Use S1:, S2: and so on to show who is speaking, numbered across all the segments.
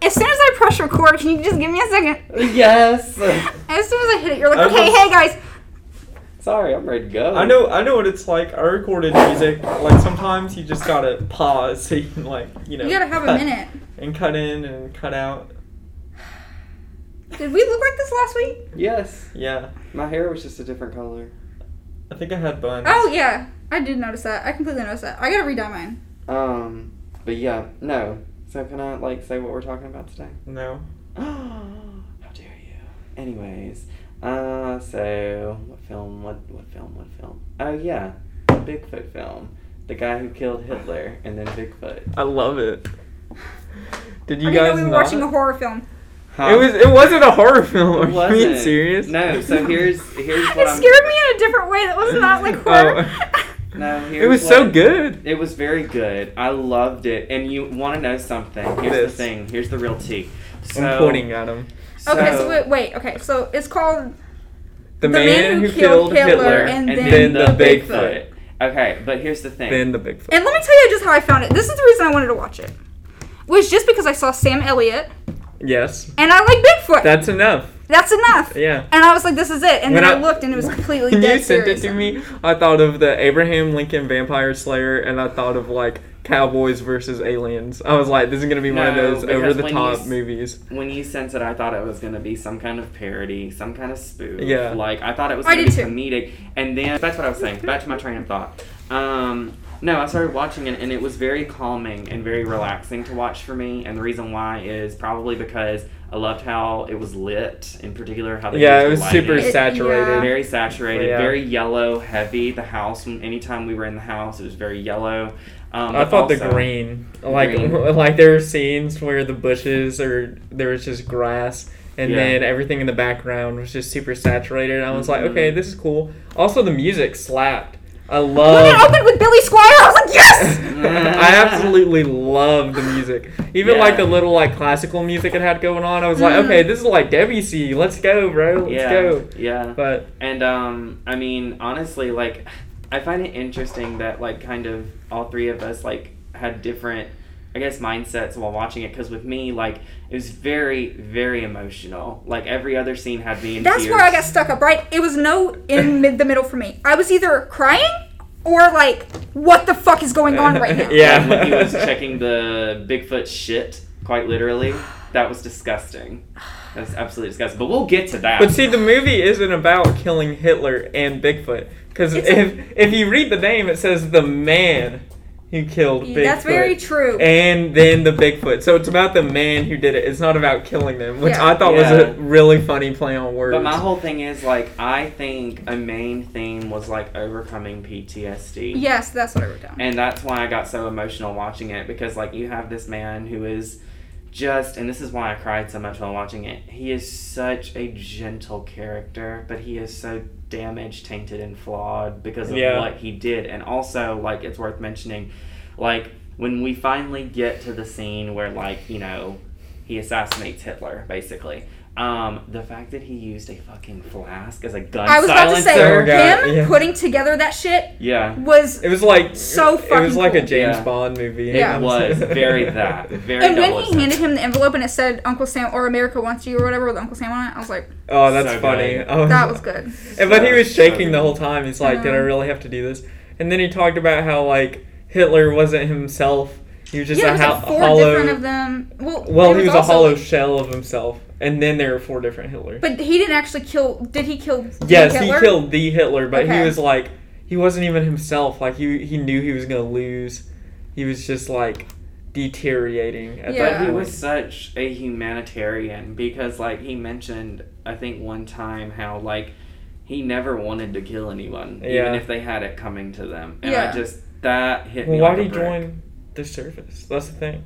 S1: As soon as I press record, can you just give me a second? As
S2: Yes.
S1: soon as I hit it, you're like,
S3: I
S1: okay,
S3: was-
S1: hey guys.
S2: Sorry, I'm ready to go.
S3: I know, I know what it's like. I recorded music. Like sometimes you just gotta pause so you can, like, you know,
S1: You gotta have a
S3: cut-
S1: minute.
S3: and cut in and cut out.
S1: Did we look like this last week?
S2: Yes.
S3: Yeah,
S2: My hair was just a different color.
S3: I think I had buns.
S1: Oh yeah, I did notice that. I completely noticed that. I gotta redye mine.
S2: Um, but yeah, no. So can I like say what we're talking about today?
S3: No.
S2: How dare you? Anyways, uh, so what film? What what film? What film? Oh yeah, the Bigfoot film. The guy who killed Hitler and then Bigfoot.
S3: I love it. Did you
S1: I didn't
S3: guys?
S1: know we were
S3: not?
S1: watching a horror film.
S2: Huh?
S3: It was. It wasn't a horror film. Are
S2: It
S3: you being
S2: wasn't.
S3: serious?
S2: No. So here's here's what
S1: it
S2: I'm.
S1: scared me in a different way that was not
S3: Oh.
S1: like horror.
S2: No. Here's
S3: It was
S2: what,
S3: so good.
S2: It was very good. I loved it. And you want to know something? Here's
S3: This.
S2: the thing. Here's the real tea. So,
S3: I'm pointing at him.
S1: okay, so wait, wait. Okay, so it's called.
S3: The, man, who killed, Hitler,
S1: and
S3: and,
S1: then
S3: then, the Bigfoot.
S2: Okay, but here's the thing.
S3: Then the Bigfoot.
S1: And let me tell you just how I found it. This is the reason I wanted to watch it. Was just because I saw Sam Elliott
S3: Yes,
S1: and I like Bigfoot.
S3: that's enough.
S1: That's enough.
S3: Yeah.
S1: And I was like, this is it. And
S3: When
S1: then I,
S3: I-
S1: looked and it was completely
S3: When
S1: dead
S3: you sent it
S1: serious.
S3: to me, I thought of the Abraham Lincoln Vampire Slayer, and I thought of like Cowboys versus Aliens. I was like, this is gonna be one of
S2: No,
S3: those over
S2: because
S3: the
S2: when you
S3: top
S2: s-
S3: movies.
S2: When you sent it, I thought it was going to be some kind of parody, some kind of spoof.
S3: Yeah.
S2: Like, I thought it was
S1: I
S2: going to
S1: did
S2: be
S1: too.
S2: comedic. And then, that's what I was saying. Back to my train of thought. Um, no, I started watching it, and it was very calming and very relaxing to watch for me. And the reason why is probably because I loved how it was lit, in particular, how they
S3: Yeah,
S2: used
S3: it
S2: the
S3: was
S2: lighting.
S3: super
S1: It-
S3: saturated.
S1: yeah.
S2: very saturated,
S3: Yeah.
S2: very yellow, heavy. The house, when- anytime we were in the house, it was very yellow. Um,
S3: I
S2: but
S3: thought the
S2: also-
S3: green, like
S2: Green.
S3: like there were scenes where the bushes or there was just grass, and
S2: Yeah.
S3: then everything in the background was just super saturated. I was
S2: Mhm.
S3: like, okay, this is cool. Also, the music slapped. I
S1: When it
S3: love.
S1: opened with Billy Squire, I was like, yes!
S3: I absolutely love the music. Even
S2: Yeah.
S3: like the little like classical music it had going on. I was like,
S1: Mhm.
S3: okay, this is like Debussy. Let's go, bro. Let's
S2: Yeah,
S3: go.
S2: yeah.
S3: But
S2: And um, I mean, honestly, like, I find it interesting that like kind of all three of us like had different, I guess, mindsets while watching it. Because with me, like, it was very, very emotional. Like every other scene had me in
S1: That's
S2: tears.
S1: where I got stuck up, right? It was no in mid the middle for me. I was either crying or like, what the fuck is going on right now?
S3: Yeah.
S2: Like, when he was checking the Bigfoot shit, quite literally, that was disgusting. That was absolutely disgusting. But we'll get to that.
S3: But see, the movie isn't about killing Hitler and Bigfoot. Because
S1: It's-
S3: if if you read the name, it says the man who killed Bigfoot.
S1: That's very true.
S3: And then the Bigfoot. So it's about the man who did it. It's not about killing them, which
S1: Yeah.
S3: I thought was
S2: Yeah.
S3: a really funny play on words.
S2: But my whole thing is like I think a main theme was like overcoming PTSD.
S1: yes, that's what I wrote down.
S2: And that's why I got so emotional watching it because like you have this man who is just and this is why I cried so much while watching it. He is such a gentle character, but he is so damaged, tainted and flawed because of
S3: Yeah.
S2: what he did. And also like it's worth mentioning like when we finally get to the scene where like, you know, he assassinates Hitler basically. Um, the fact that he used a fucking flask as a gun
S1: I was about to
S2: silencer.
S1: say,
S3: Silencer.
S1: him
S3: Yeah.
S1: putting together that shit
S2: yeah.
S1: was.
S3: it was like
S1: So
S3: It was
S1: fucking
S3: like a
S1: cool.
S3: James
S2: Yeah.
S3: Bond movie.
S1: Yeah.
S2: It was very that. Very
S1: And when
S2: double
S1: he handed him the envelope and it said Uncle Sam or America Wants You or whatever with Uncle Sam on it, I was like,
S3: Oh, that's
S2: So
S3: funny.
S2: good.
S3: Oh,
S1: that was good.
S3: And, but he was
S2: So- so
S3: shaking the
S2: good.
S3: whole time. He's like, "Did I
S1: Uh-huh.
S3: really have to do this?" And then he talked about how like Hitler wasn't himself. He was just
S1: yeah,
S3: a
S1: it was
S3: ho-
S1: like four
S3: hollow.
S1: different of them. Well,
S3: well,
S1: there
S3: he was a
S1: also-
S3: hollow shell of himself. And then there were four different Hitlers.
S1: But he didn't actually kill. Did he kill?
S3: yes,
S1: Hitler?
S3: he killed the Hitler, but
S1: Okay.
S3: he was like, he wasn't even himself. Like he he knew he was gonna lose. He was just like deteriorating at
S1: Yeah.
S2: But
S3: that
S2: he
S3: point.
S2: was such a humanitarian because, like, he mentioned, I think, one time how, like, he never wanted to kill anyone,
S3: Yeah.
S2: even if they had it coming to them. And
S1: Yeah.
S2: I just, that hit
S3: well,
S2: me.
S3: why
S2: like a
S3: did he
S2: brick.
S3: join the service? That's the thing.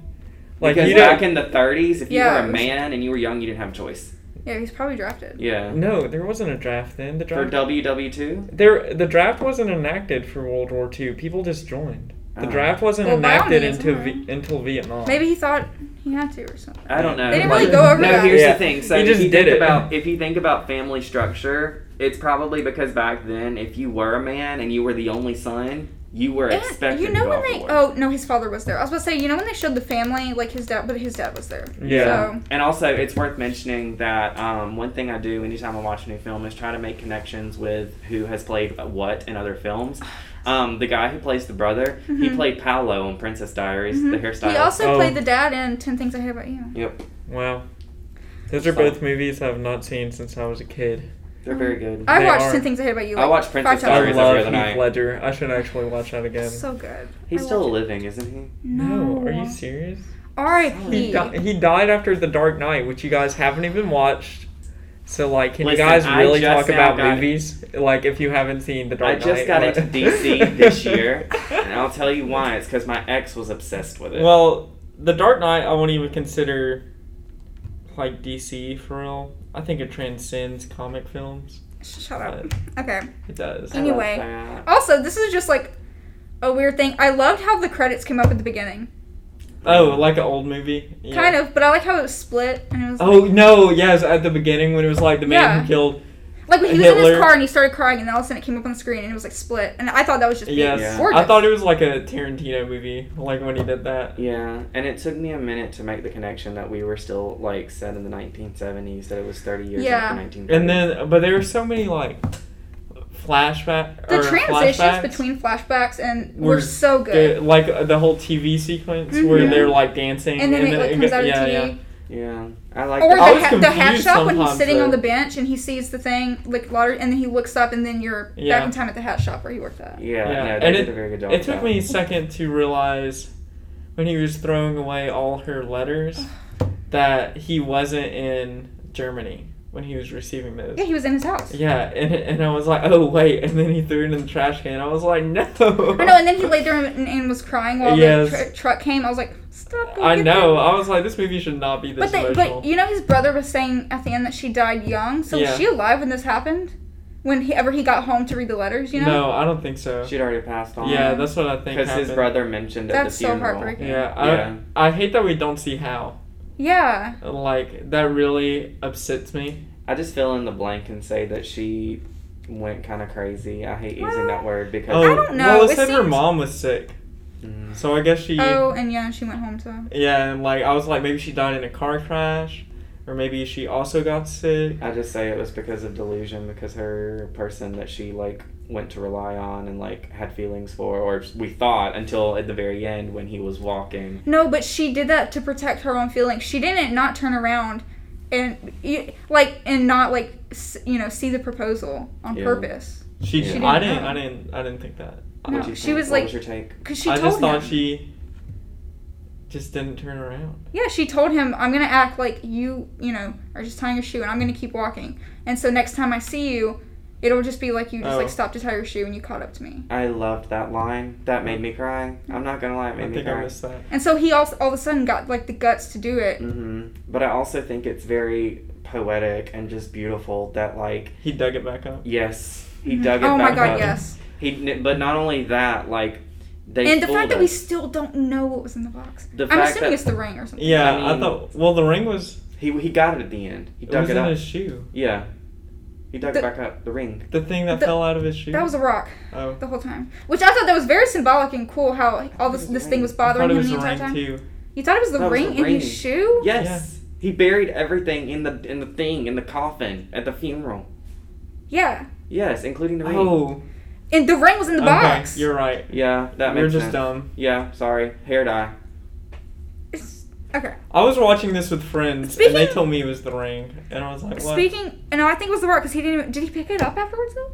S2: Like,
S3: Like
S2: because
S3: you
S2: back
S3: don't.
S2: in the 30s, if
S1: Yeah,
S2: you
S1: it
S2: were
S1: was-
S2: a man and you were young, you didn't have a choice.
S1: Yeah, he's probably drafted.
S2: Yeah.
S3: No, there wasn't a draft then. The
S2: For
S3: Mm, draft
S2: WW2?
S3: There, the draft wasn't enacted for World War II. People just joined. The
S2: Oh.
S3: draft wasn't
S1: Well,
S3: enacted
S1: Brownies,
S3: until
S1: huh?
S3: v- until Vietnam.
S1: Maybe he thought he had to or something.
S2: I don't know.
S1: They didn't
S2: Like,
S1: really go over
S2: no,
S1: that.
S2: here's
S3: Yeah.
S2: the thing. So
S3: He just
S2: if you
S3: did
S2: think
S3: it.
S2: about if you think about family structure, it's probably because back then, if you were a man and you were the only son, you were
S1: And
S2: expected.
S1: you know
S2: to go
S1: when
S2: off
S1: they?
S2: to war.
S1: Oh no, his father was there. I was about to say, you know when they showed the family, like his dad, but his dad was there.
S3: Yeah.
S1: So,
S2: And also, it's worth mentioning that um, one thing I do anytime I watch a new film is try to make connections with who has played what in other films. Um, the guy who plays the brother, he
S1: Mhm.
S2: played Paolo in Princess Diaries, the hairstylist.
S1: Mm-hmm. He also
S3: Oh.
S1: played the dad in Ten Things I Hate About You.
S2: Yep,
S3: Wow. Those are
S2: So-
S3: both movies I've not seen since I was a kid.
S2: they're very good.
S1: I
S3: They
S1: watched
S3: are-
S1: Ten Things I Hate About You.
S2: I
S1: Like,
S2: watched Princess
S1: five
S3: I
S2: Diaries
S1: times.
S2: every
S3: love
S2: other night.
S3: Heath Ledger. I should actually watch that again.
S1: So good.
S2: He's
S1: I
S2: still
S1: loved it.
S2: living, isn't he?
S1: No.
S3: No, are you serious? He,
S1: R.I.P.
S3: di- he died after The Dark Knight, which you guys haven't even watched. So, like, can
S2: Listen,
S3: you guys
S2: I
S3: really
S2: just
S3: talk
S2: now
S3: about
S2: got-
S3: movies? Like, if you haven't seen The
S2: I
S3: Dark Knight.
S2: just got
S3: what-
S2: into DC this year, and I'll tell you why. It's because my ex was obsessed with it.
S3: Well, The Dark Knight, I won't even consider like DC for real. I think it transcends comic films.
S1: Shut up.
S3: But
S1: Okay.
S3: it does.
S2: I love
S1: anyway.
S2: that.
S1: Also, this is just like a weird thing. I loved how the credits came up at the beginning.
S3: Oh, like an old movie. Yeah.
S1: Kind of, but I like how it was split and it was
S3: Oh no! Yes, at the beginning when it was like the man
S1: Yeah.
S3: who killed.
S1: like when he was in
S3: Hitler.
S1: his car and he started crying and then all of a sudden it came up on the screen and it was like split and I thought that was just
S3: Yes,
S2: Yeah.
S1: gorgeous.
S3: I thought it was like a Tarantino movie, like when he did that.
S2: Yeah, and it took me a minute to make the connection that we were still like set in the 1970s, that it was 30 years
S1: Yeah.
S2: after 1930.
S3: And then, but there were so many like flashback.
S1: the
S3: or
S1: transitions
S3: flashbacks
S1: between flashbacks and
S3: were
S1: were, so good.
S3: the- like uh, the whole TV sequence where
S2: Mhm.
S3: they're like dancing,
S1: Mm-hmm. And then it like comes
S3: go-
S1: out of
S3: yeah,
S1: TV.
S3: yeah.
S2: yeah, I like
S1: Or
S3: I
S1: the,
S3: was
S1: ha- the half
S3: confused
S1: shot when he's
S3: sometimes,
S1: sitting on
S3: though.
S1: the bench and he sees the thing like lottery and then he looks up and then you're
S3: Yeah.
S1: back in time at the hat shop where he worked at.
S2: Yeah,
S3: Yeah,
S2: no, they
S3: and
S2: did
S3: it-
S2: a very good job.
S3: It
S2: with
S3: took
S2: that.
S3: me a second to realize when he was throwing away all her letters that he wasn't in Germany when he was receiving those.
S1: Yeah, he was in his house.
S3: Yeah, and, and I was like, oh, wait. And then he threw it in the trash can. I was like, no.
S1: I know, and then he laid there and, and was crying while
S3: Yes.
S1: the tr- truck came. I was like, stop. go
S3: I
S1: get
S3: know.
S1: them."
S3: I was like, this movie should not be this
S1: But they,
S3: emotional.
S1: but you know, his brother was saying at the end that she died young. So
S3: Yeah.
S1: was she alive when this happened? When he, ever he got home to read the letters, you know.
S3: No, I don't think so.
S2: She'd already passed on.
S3: Yeah, that's what I think
S2: because his
S3: happened.
S2: brother mentioned
S1: That's
S2: at
S1: so
S2: the funeral.
S1: heartbreaking.
S3: Yeah, I,
S2: Yeah.
S3: I hate that we don't see how.
S1: Yeah.
S3: Like, that really upsets me.
S2: I just fill in the blank and say that she went kind of crazy. I hate
S1: Well,
S2: using that word because.
S3: Oh,
S1: don't know,
S3: Well, it,
S1: it
S3: said her
S1: seems-
S3: mom was sick.
S2: Mm.
S3: So I guess she.
S1: Oh, and yeah, and she went home to.
S3: Yeah, and like I was like, maybe she died in a car crash, or maybe she also got sick.
S2: I just say it was because of delusion, because her person that she like went to rely on and like had feelings for, or we thought until at the very end when he was walking.
S1: No, but she did that to protect her own feelings. She didn't not turn around, and you- like and not like s- you know see the proposal on
S2: Yeah.
S1: purpose.
S3: She,
S2: She
S3: I
S1: didn't
S3: didn't,
S1: know.
S3: I didn't, I didn't think that.
S1: No,
S2: What'd you
S1: she
S2: think?
S1: was
S2: What
S1: like-
S2: was your take?
S1: Cause she
S3: I
S1: told
S3: just thought
S1: him.
S3: she just didn't turn around.
S1: Yeah, she told him, I'm gonna act like you, you know, are just tying your shoe and I'm gonna keep walking. And so next time I see you, it'll just be like you just
S3: Oh.
S1: like stopped to tie your shoe and you caught up to me.
S2: I loved that line. That made me cry. I'm not gonna lie, it made
S3: I
S2: me
S3: think
S2: cry.
S3: I missed that.
S1: And so he also all of a sudden got like the guts to do it.
S2: hmm But I also think it's very poetic and just beautiful that like
S3: He dug it back up.
S2: yes, he dug it
S1: Oh
S2: back
S1: my god,
S2: up.
S1: yes.
S2: He, but not only that, like they
S1: and the
S2: fooled
S1: fact that we
S2: us.
S1: still don't know what was in the box.
S2: The
S1: I'm
S2: fact
S1: assuming
S2: that-
S1: it's the ring or something.
S3: Yeah, I,
S2: I mean-
S3: thought. Well, the ring was
S2: he he got it at the end. He
S3: it
S2: dug
S3: was
S2: it
S3: in
S2: up.
S3: his shoe.
S2: yeah, he dug
S1: The-
S2: it back up. The ring.
S3: The thing that
S1: The-
S3: fell out of his shoe.
S1: That was a rock
S3: oh.
S1: the whole time. Which I thought that was very symbolic and cool how all this
S2: It was
S1: this thing
S2: the ring.
S1: was
S3: I thought
S1: bothering
S3: it
S1: him
S3: was
S1: the
S3: a
S1: entire
S3: ring
S1: time.
S3: too.
S1: You thought it was the
S2: That was
S1: ring
S2: the
S1: in
S2: ring.
S1: his shoe?
S2: Yes, he buried everything in the in the thing in the coffin at the funeral.
S1: Yeah.
S2: Yes, including the ring.
S3: Oh,
S1: And the ring was in the
S3: okay,
S1: box.
S3: You're right.
S2: yeah, that
S3: We're
S2: makes
S3: just
S2: sense.
S3: dumb.
S2: Yeah, sorry, hair dye.
S1: It's- okay.
S3: I was watching this with friends, and they
S1: Speaking-
S3: told me it was the ring, and I was like, what?
S1: Speaking, and I think it was the rock because he didn't. Even, did he pick it up afterwards though?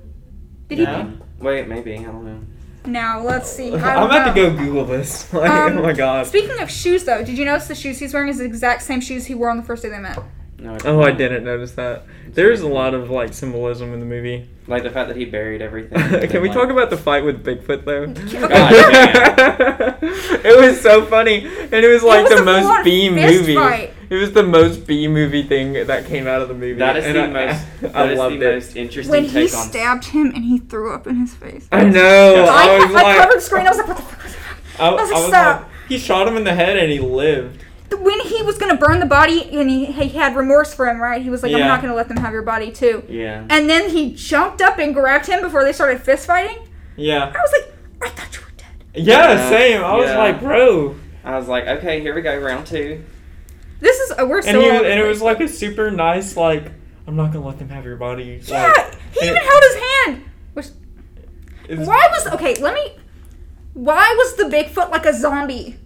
S1: Did
S3: Yeah.
S1: he?
S2: Wait, maybe I don't know.
S1: Now let's see. I don't
S3: I'm about to
S1: know.
S3: go Google this. Like,
S1: Um,
S3: oh my god.
S1: Speaking of shoes, though, did you notice the shoes he's wearing is the exact same shoes he wore on the first day they met?
S2: No,
S3: Oh, I didn't notice that. There's a lot of like symbolism in the movie.
S2: Like the fact that he buried everything.
S3: Can we talk about the fight with Bigfoot though?
S2: God,
S3: it was so funny, and it was like
S1: was
S3: the
S1: a
S3: most
S1: full-on
S3: B
S1: fist
S3: movie.
S1: fight.
S3: It was the most B movie thing that came out of the movie.
S2: That is
S3: and
S2: the
S3: I,
S2: most.
S3: I,
S2: that is
S3: loved
S2: the
S3: it.
S2: most interesting
S1: When he
S2: take on.
S1: stabbed him and he threw up in his face.
S3: I know.
S2: Yeah.
S1: I,
S3: I
S1: had
S3: was
S1: my
S3: like,
S1: covered screen. I was like, what the fuck was that?
S3: I,
S1: was like,
S3: I was
S1: "Stop."
S3: like, he shot him in the head and he lived.
S1: When he was gonna burn the body and he, he had remorse for him, right? He was like,
S3: Yeah.
S1: I'm not gonna let them have your body too.
S2: yeah.
S1: And then he jumped up and grabbed him before they started fist fighting.
S3: Yeah.
S1: I was like, I thought you were
S3: Yeah,
S2: Yeah.
S3: same. I was
S2: Yeah.
S3: like, bro.
S2: I was like, okay, here we go, round two.
S1: This is uh, we're so.
S3: And he
S1: all over
S3: and
S1: the
S3: it was
S1: place.
S3: like a super nice like I'm not gonna let them have your body.
S1: yeah, he even held his hand. Which
S3: held.
S1: why was okay? Let me. Why was the Bigfoot like a zombie?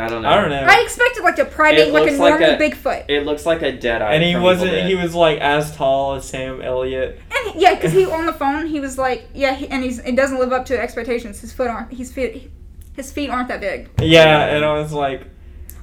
S2: I don't know.
S3: I don't know.
S1: I expected like to primate
S2: It
S1: like a
S2: looks like
S1: normal
S2: a-
S1: Bigfoot.
S2: It looks like a dead eye.
S3: and he wasn't. He was like as tall as Sam Elliott.
S1: And he, yeah, because he on the phone he was like, yeah, he, and he's it doesn't live up to expectations. His foot aren't his feet his feet aren't that big.
S3: Yeah, and I was like,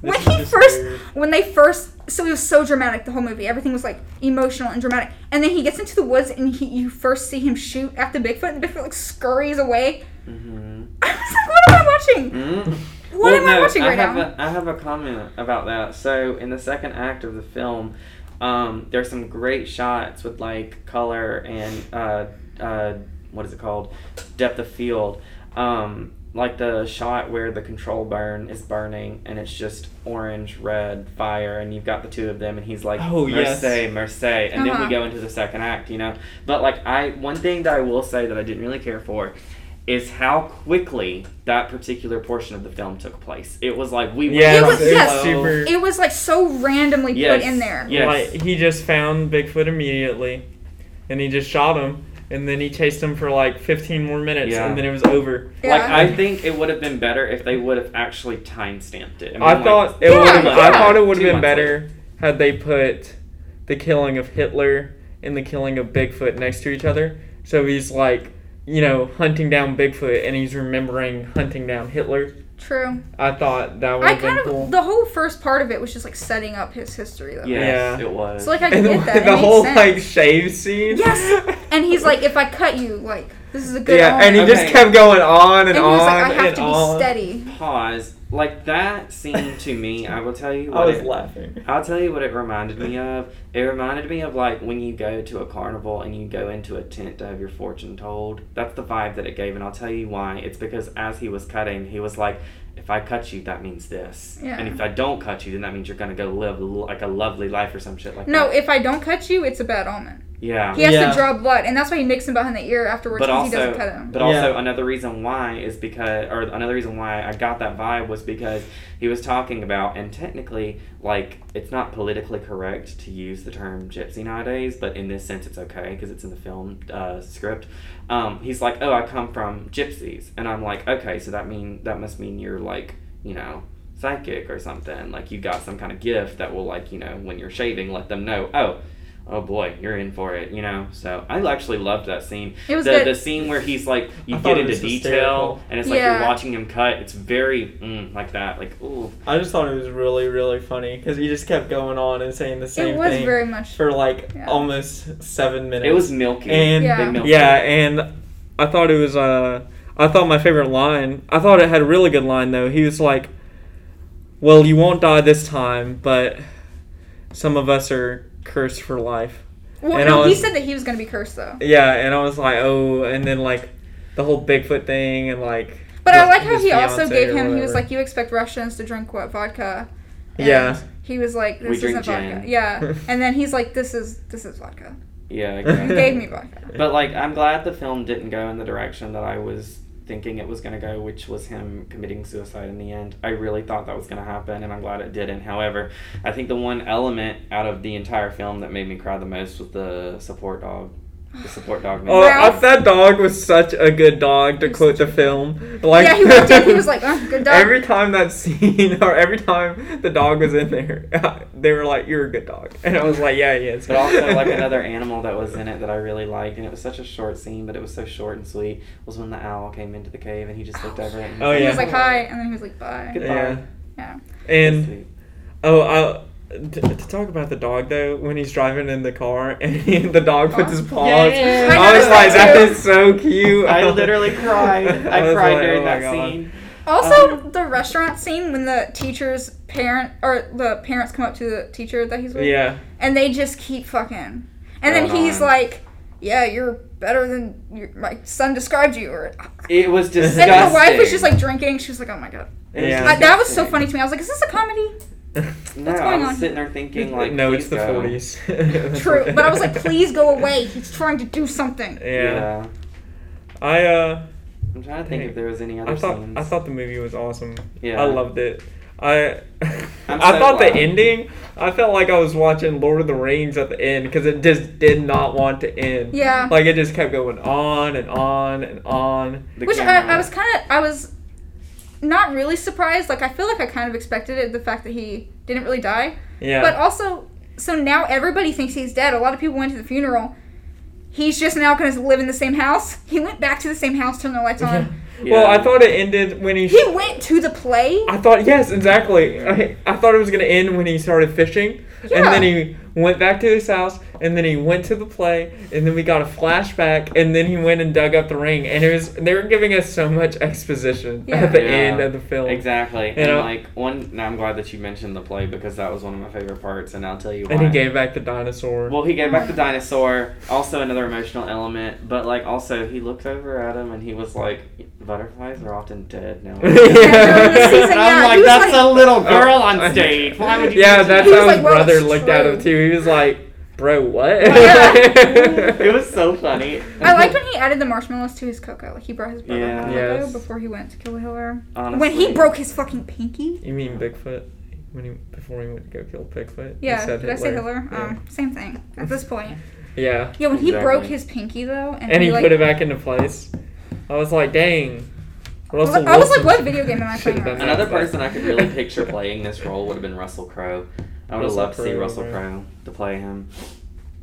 S3: this
S1: When
S3: is
S1: he
S3: just
S1: first
S3: weird.
S1: when they first so it was so dramatic the whole movie. Everything was like emotional and dramatic. And then he gets into the woods and he you first see him shoot at the Bigfoot and the Bigfoot like scurries away.
S2: hmm
S1: I was like, what am I watching?
S2: Mm-hmm.
S1: What am I watching right
S2: have
S1: now?
S2: A, I have a comment about that. So in the second act of the film, um, there's some great shots with like color and uh, uh, what is it called, depth of field. Um, like the shot where the control burn is burning and it's just orange, red fire, and you've got the two of them, and he's like,
S3: Oh, yes.
S2: Merce, Merce, and then
S1: Uh-huh.
S2: we go into the second act, you know. But like I, one thing that I will say that I didn't really care for is how quickly that particular portion of the film took place. It was like we
S3: yeah,
S1: It was- yes.
S3: super.
S1: It was like so randomly
S2: Yes.
S1: put in there.
S2: Yes.
S3: Like he just found Bigfoot immediately, and he just shot him, and then he chased him for like 15 more minutes,
S2: Yeah.
S3: and then it was over.
S2: Like
S1: Yeah.
S2: I think it would have been better if they would have actually time stamped it.
S3: I
S2: mean,
S3: thought
S2: like,
S3: it
S1: Yeah,
S3: would. have I
S1: yeah.
S3: thought it would
S2: Two
S3: have
S2: months
S3: been better
S2: later.
S3: had they put the killing of Hitler and the killing of Bigfoot next to each other. So he's like, you know, hunting down Bigfoot, and he's remembering hunting down Hitler.
S1: True.
S3: I thought that would
S1: I
S3: have
S1: kind
S3: been
S1: of
S3: cool.
S1: the whole first part of it was just like setting up his history though.
S2: Yes,
S3: Yeah.
S2: it was.
S1: So like I
S3: and
S1: get that.
S3: the,
S1: It
S3: the
S1: makes
S3: whole
S1: sense.
S3: like shave scene.
S1: Yes. And he's like, if I cut you, like this is a good.
S3: yeah, and he
S1: omen."
S3: just
S2: Okay.
S3: kept going on and,
S1: And he
S3: on
S1: was like, I have
S3: and
S1: to be
S3: on.
S1: steady.
S2: pause. Like that scene to me, I will tell you
S3: I
S2: what
S3: was
S2: it,
S3: laughing.
S2: I'll tell you what it reminded me of. It reminded me of like when you go to a carnival and you go into a tent to have your fortune told. That's the vibe that it gave, and I'll tell you why. It's because as he was cutting, he was like, "If I cut you, that means this,
S1: Yeah.
S2: and if I don't cut you, then that means you're gonna go live l- like a lovely life or some shit like
S1: No,
S2: that."
S1: if I don't cut you, it's a bad omen.
S2: yeah.
S1: He has
S3: Yeah.
S1: to draw blood, and that's why he nicks him behind the ear afterwards
S2: But
S1: because he
S2: also,
S1: doesn't cut him.
S2: but also
S3: Yeah.
S2: another reason why is because, or another reason why I got that vibe was because he was talking about, and technically, like, it's not politically correct to use the term gypsy nowadays, but in this sense, it's okay because it's in the film uh, script. Um, he's like, "Oh, I come from gypsies," and I'm like, "Okay, so that mean that must mean you're like, you know." psychic or something like you got some kind of gift that will like you know when you're shaving let them know oh oh boy you're in for it you know so i actually loved that scene
S1: It was
S2: the,
S1: good.
S2: the scene where he's like you
S3: I thought
S2: get
S3: it
S2: into
S3: was
S2: detail
S3: hysterical.
S2: and it's like
S1: Yeah.
S2: you're watching him cut it's very mm, like that like ooh
S3: I just thought it was really, really funny because he just kept going on and saying the same
S1: it was
S3: thing
S1: very much.
S3: for like
S1: Yeah.
S3: almost seven minutes.
S2: it was milky
S3: and
S1: Yeah.
S2: They milked
S3: yeah,
S2: it.
S3: and I thought it was uh, I thought my favorite line. I thought it had a really good line though. He was like, "Well, you won't die this time, but some of us are cursed for life."
S1: Well,
S3: and
S1: no,
S3: I
S1: he
S3: was-
S1: said that he was going to be cursed though.
S3: Yeah, and I was like, "Oh," and then like the whole Bigfoot thing and like.
S1: But I
S3: his-
S1: like how
S3: his
S1: he also
S3: fiancée
S1: gave
S3: or
S1: him. He was
S3: whatever.
S1: like, "You expect Russians to drink what vodka?" And
S3: Yeah.
S1: He was like,
S2: We
S1: "This
S2: drink
S1: isn't vodka."
S2: gin.
S1: Yeah. and then he's like, "This is this is vodka."
S2: yeah
S1: He
S2: exactly.
S1: gave me vodka.
S2: but like i'm glad the film didn't go in the direction that i was thinking it was going to go which was him committing suicide in the end i really thought that was going to happen and i'm glad it didn't however i think the one element out of the entire film that made me cry the most was the support dog the support dog
S3: Oh,
S2: made-
S1: Ralph-
S3: I- that dog was such a good dog to
S1: He's
S3: quote the film. Like
S1: yeah, he walked in. He was like, "Oh, good dog."
S3: Every time that scene, or every time the dog was in there, they were like, "You're a good dog," and I was like, "Yeah, he is."
S2: but also like another animal that was in it that I really liked, and it was such a short scene, but it was so short and sweet. Was when the owl came into the cave and he just looked over it. And
S3: Oh,
S1: He
S3: yeah.
S1: was like, "Hi," and then he was like, "Bye."
S2: Goodbye.
S3: Yeah.
S1: Yeah.
S3: And oh, I, to, to talk about the dog though, when he's driving in the car and he, the dog puts his paws,
S2: Yeah.
S1: I
S3: I, was
S1: noticed
S3: like,
S1: that
S3: "That
S1: too."
S3: is so cute."
S2: I literally cried. I,
S3: was
S2: cried
S3: like,
S2: during
S3: "Oh my
S2: that
S3: God."
S2: scene.
S1: Also,
S3: Um,
S1: the restaurant scene when the teacher's parent or the parents come up to the teacher that he's with,
S3: Yeah,
S1: and they just keep fucking, and then
S2: Going
S1: he's
S2: on.
S1: like, "Yeah, you're better than your, my son described you," or
S2: It was
S3: And
S1: and
S2: disgusting.
S1: then the wife was just like drinking. She was like, "Oh my god,
S2: It was
S3: Yeah.
S1: I- that was so
S2: disgusting.
S1: funny to me." I was like, "Is this a comedy?"
S2: No,
S1: What's
S2: I
S1: going
S2: was
S1: on
S2: sitting there thinking like,
S3: no, it's
S2: please
S3: the
S2: go.
S3: forties.
S1: True, but I was like, "Please go away. He's trying to do something."
S3: yeah. I uh
S2: I'm trying to think
S3: Dang.
S2: if there was any other
S3: I thought
S2: scenes.
S3: I thought the movie was awesome.
S2: Yeah.
S3: I loved it. I
S2: I'm
S3: I
S2: so
S3: thought
S2: glad.
S3: the ending. I felt like I was watching Lord of the Rings at the end because it just did not want to end.
S1: Yeah.
S3: Like it just kept going on and on and on.
S2: The
S1: Which
S2: camera.
S1: I, I was kind of, I was not really surprised. Like, I feel like I kind of expected it, the fact that he didn't really die.
S3: Yeah.
S1: But also, so now everybody thinks he's dead. A lot of people went to the funeral. He's just now going to live in the same house. He went back to the same house, turned the lights on.
S3: Well, I
S2: Yeah.
S3: thought it ended when he.
S1: he went to the play.
S3: I thought yes, exactly. I, I thought it was gonna end when he started fishing, and
S1: Yeah.
S3: then he went back to his house, and then he went to the play, and then we got a flashback, and then he went and dug up the ring, and it was they were giving us so much exposition
S1: Yeah.
S3: at the
S2: Yeah.
S3: end of the film.
S2: Exactly. And
S3: know?
S2: like one now I'm glad that you mentioned the play because that was one of my favorite parts and I'll tell you why.
S3: And he gave back the dinosaur.
S2: well, he gave back the dinosaur, also another emotional element, but like also he looked over at him and he was like, "Butterflies are often dead now." and
S1: He's like,
S2: I'm
S1: yeah,
S2: like,
S1: he was
S2: "That's
S1: like-
S2: a little girl
S3: Oh.
S2: on stage. Why would you?"
S3: yeah,
S2: do
S3: that's
S1: He
S3: how
S1: was
S3: his
S1: like, "Well,
S3: brother
S1: it's
S3: looked at him
S1: true."
S3: too. He was like, "Bro, what?"
S2: that?" it was so funny.
S1: I liked when he added the marshmallows to his cocoa. Like, he brought his brother
S2: Yeah.
S1: cocoa
S3: Yes.
S1: before he went to kill the Hitler.
S2: Honestly.
S1: When he broke his fucking pinky.
S3: You mean Bigfoot? When he before he went to go kill Bigfoot? he
S1: Yeah,
S3: said
S1: did I say Hitler?
S3: Yeah.
S1: Um, same thing at this point.
S3: yeah.
S1: Yeah, when he
S2: Exactly.
S1: broke his pinky though, and,
S3: and he
S1: like,
S3: put it back into place. I was like, dang.
S1: I was like, what video game am I
S3: should've
S1: playing
S3: done
S1: right
S2: Another
S3: that.
S2: person I could really picture playing this role would have been Russell Crowe. I would have
S3: Russell
S2: loved to see
S3: Crowe,
S2: Russell
S3: right.
S2: Crowe to play him.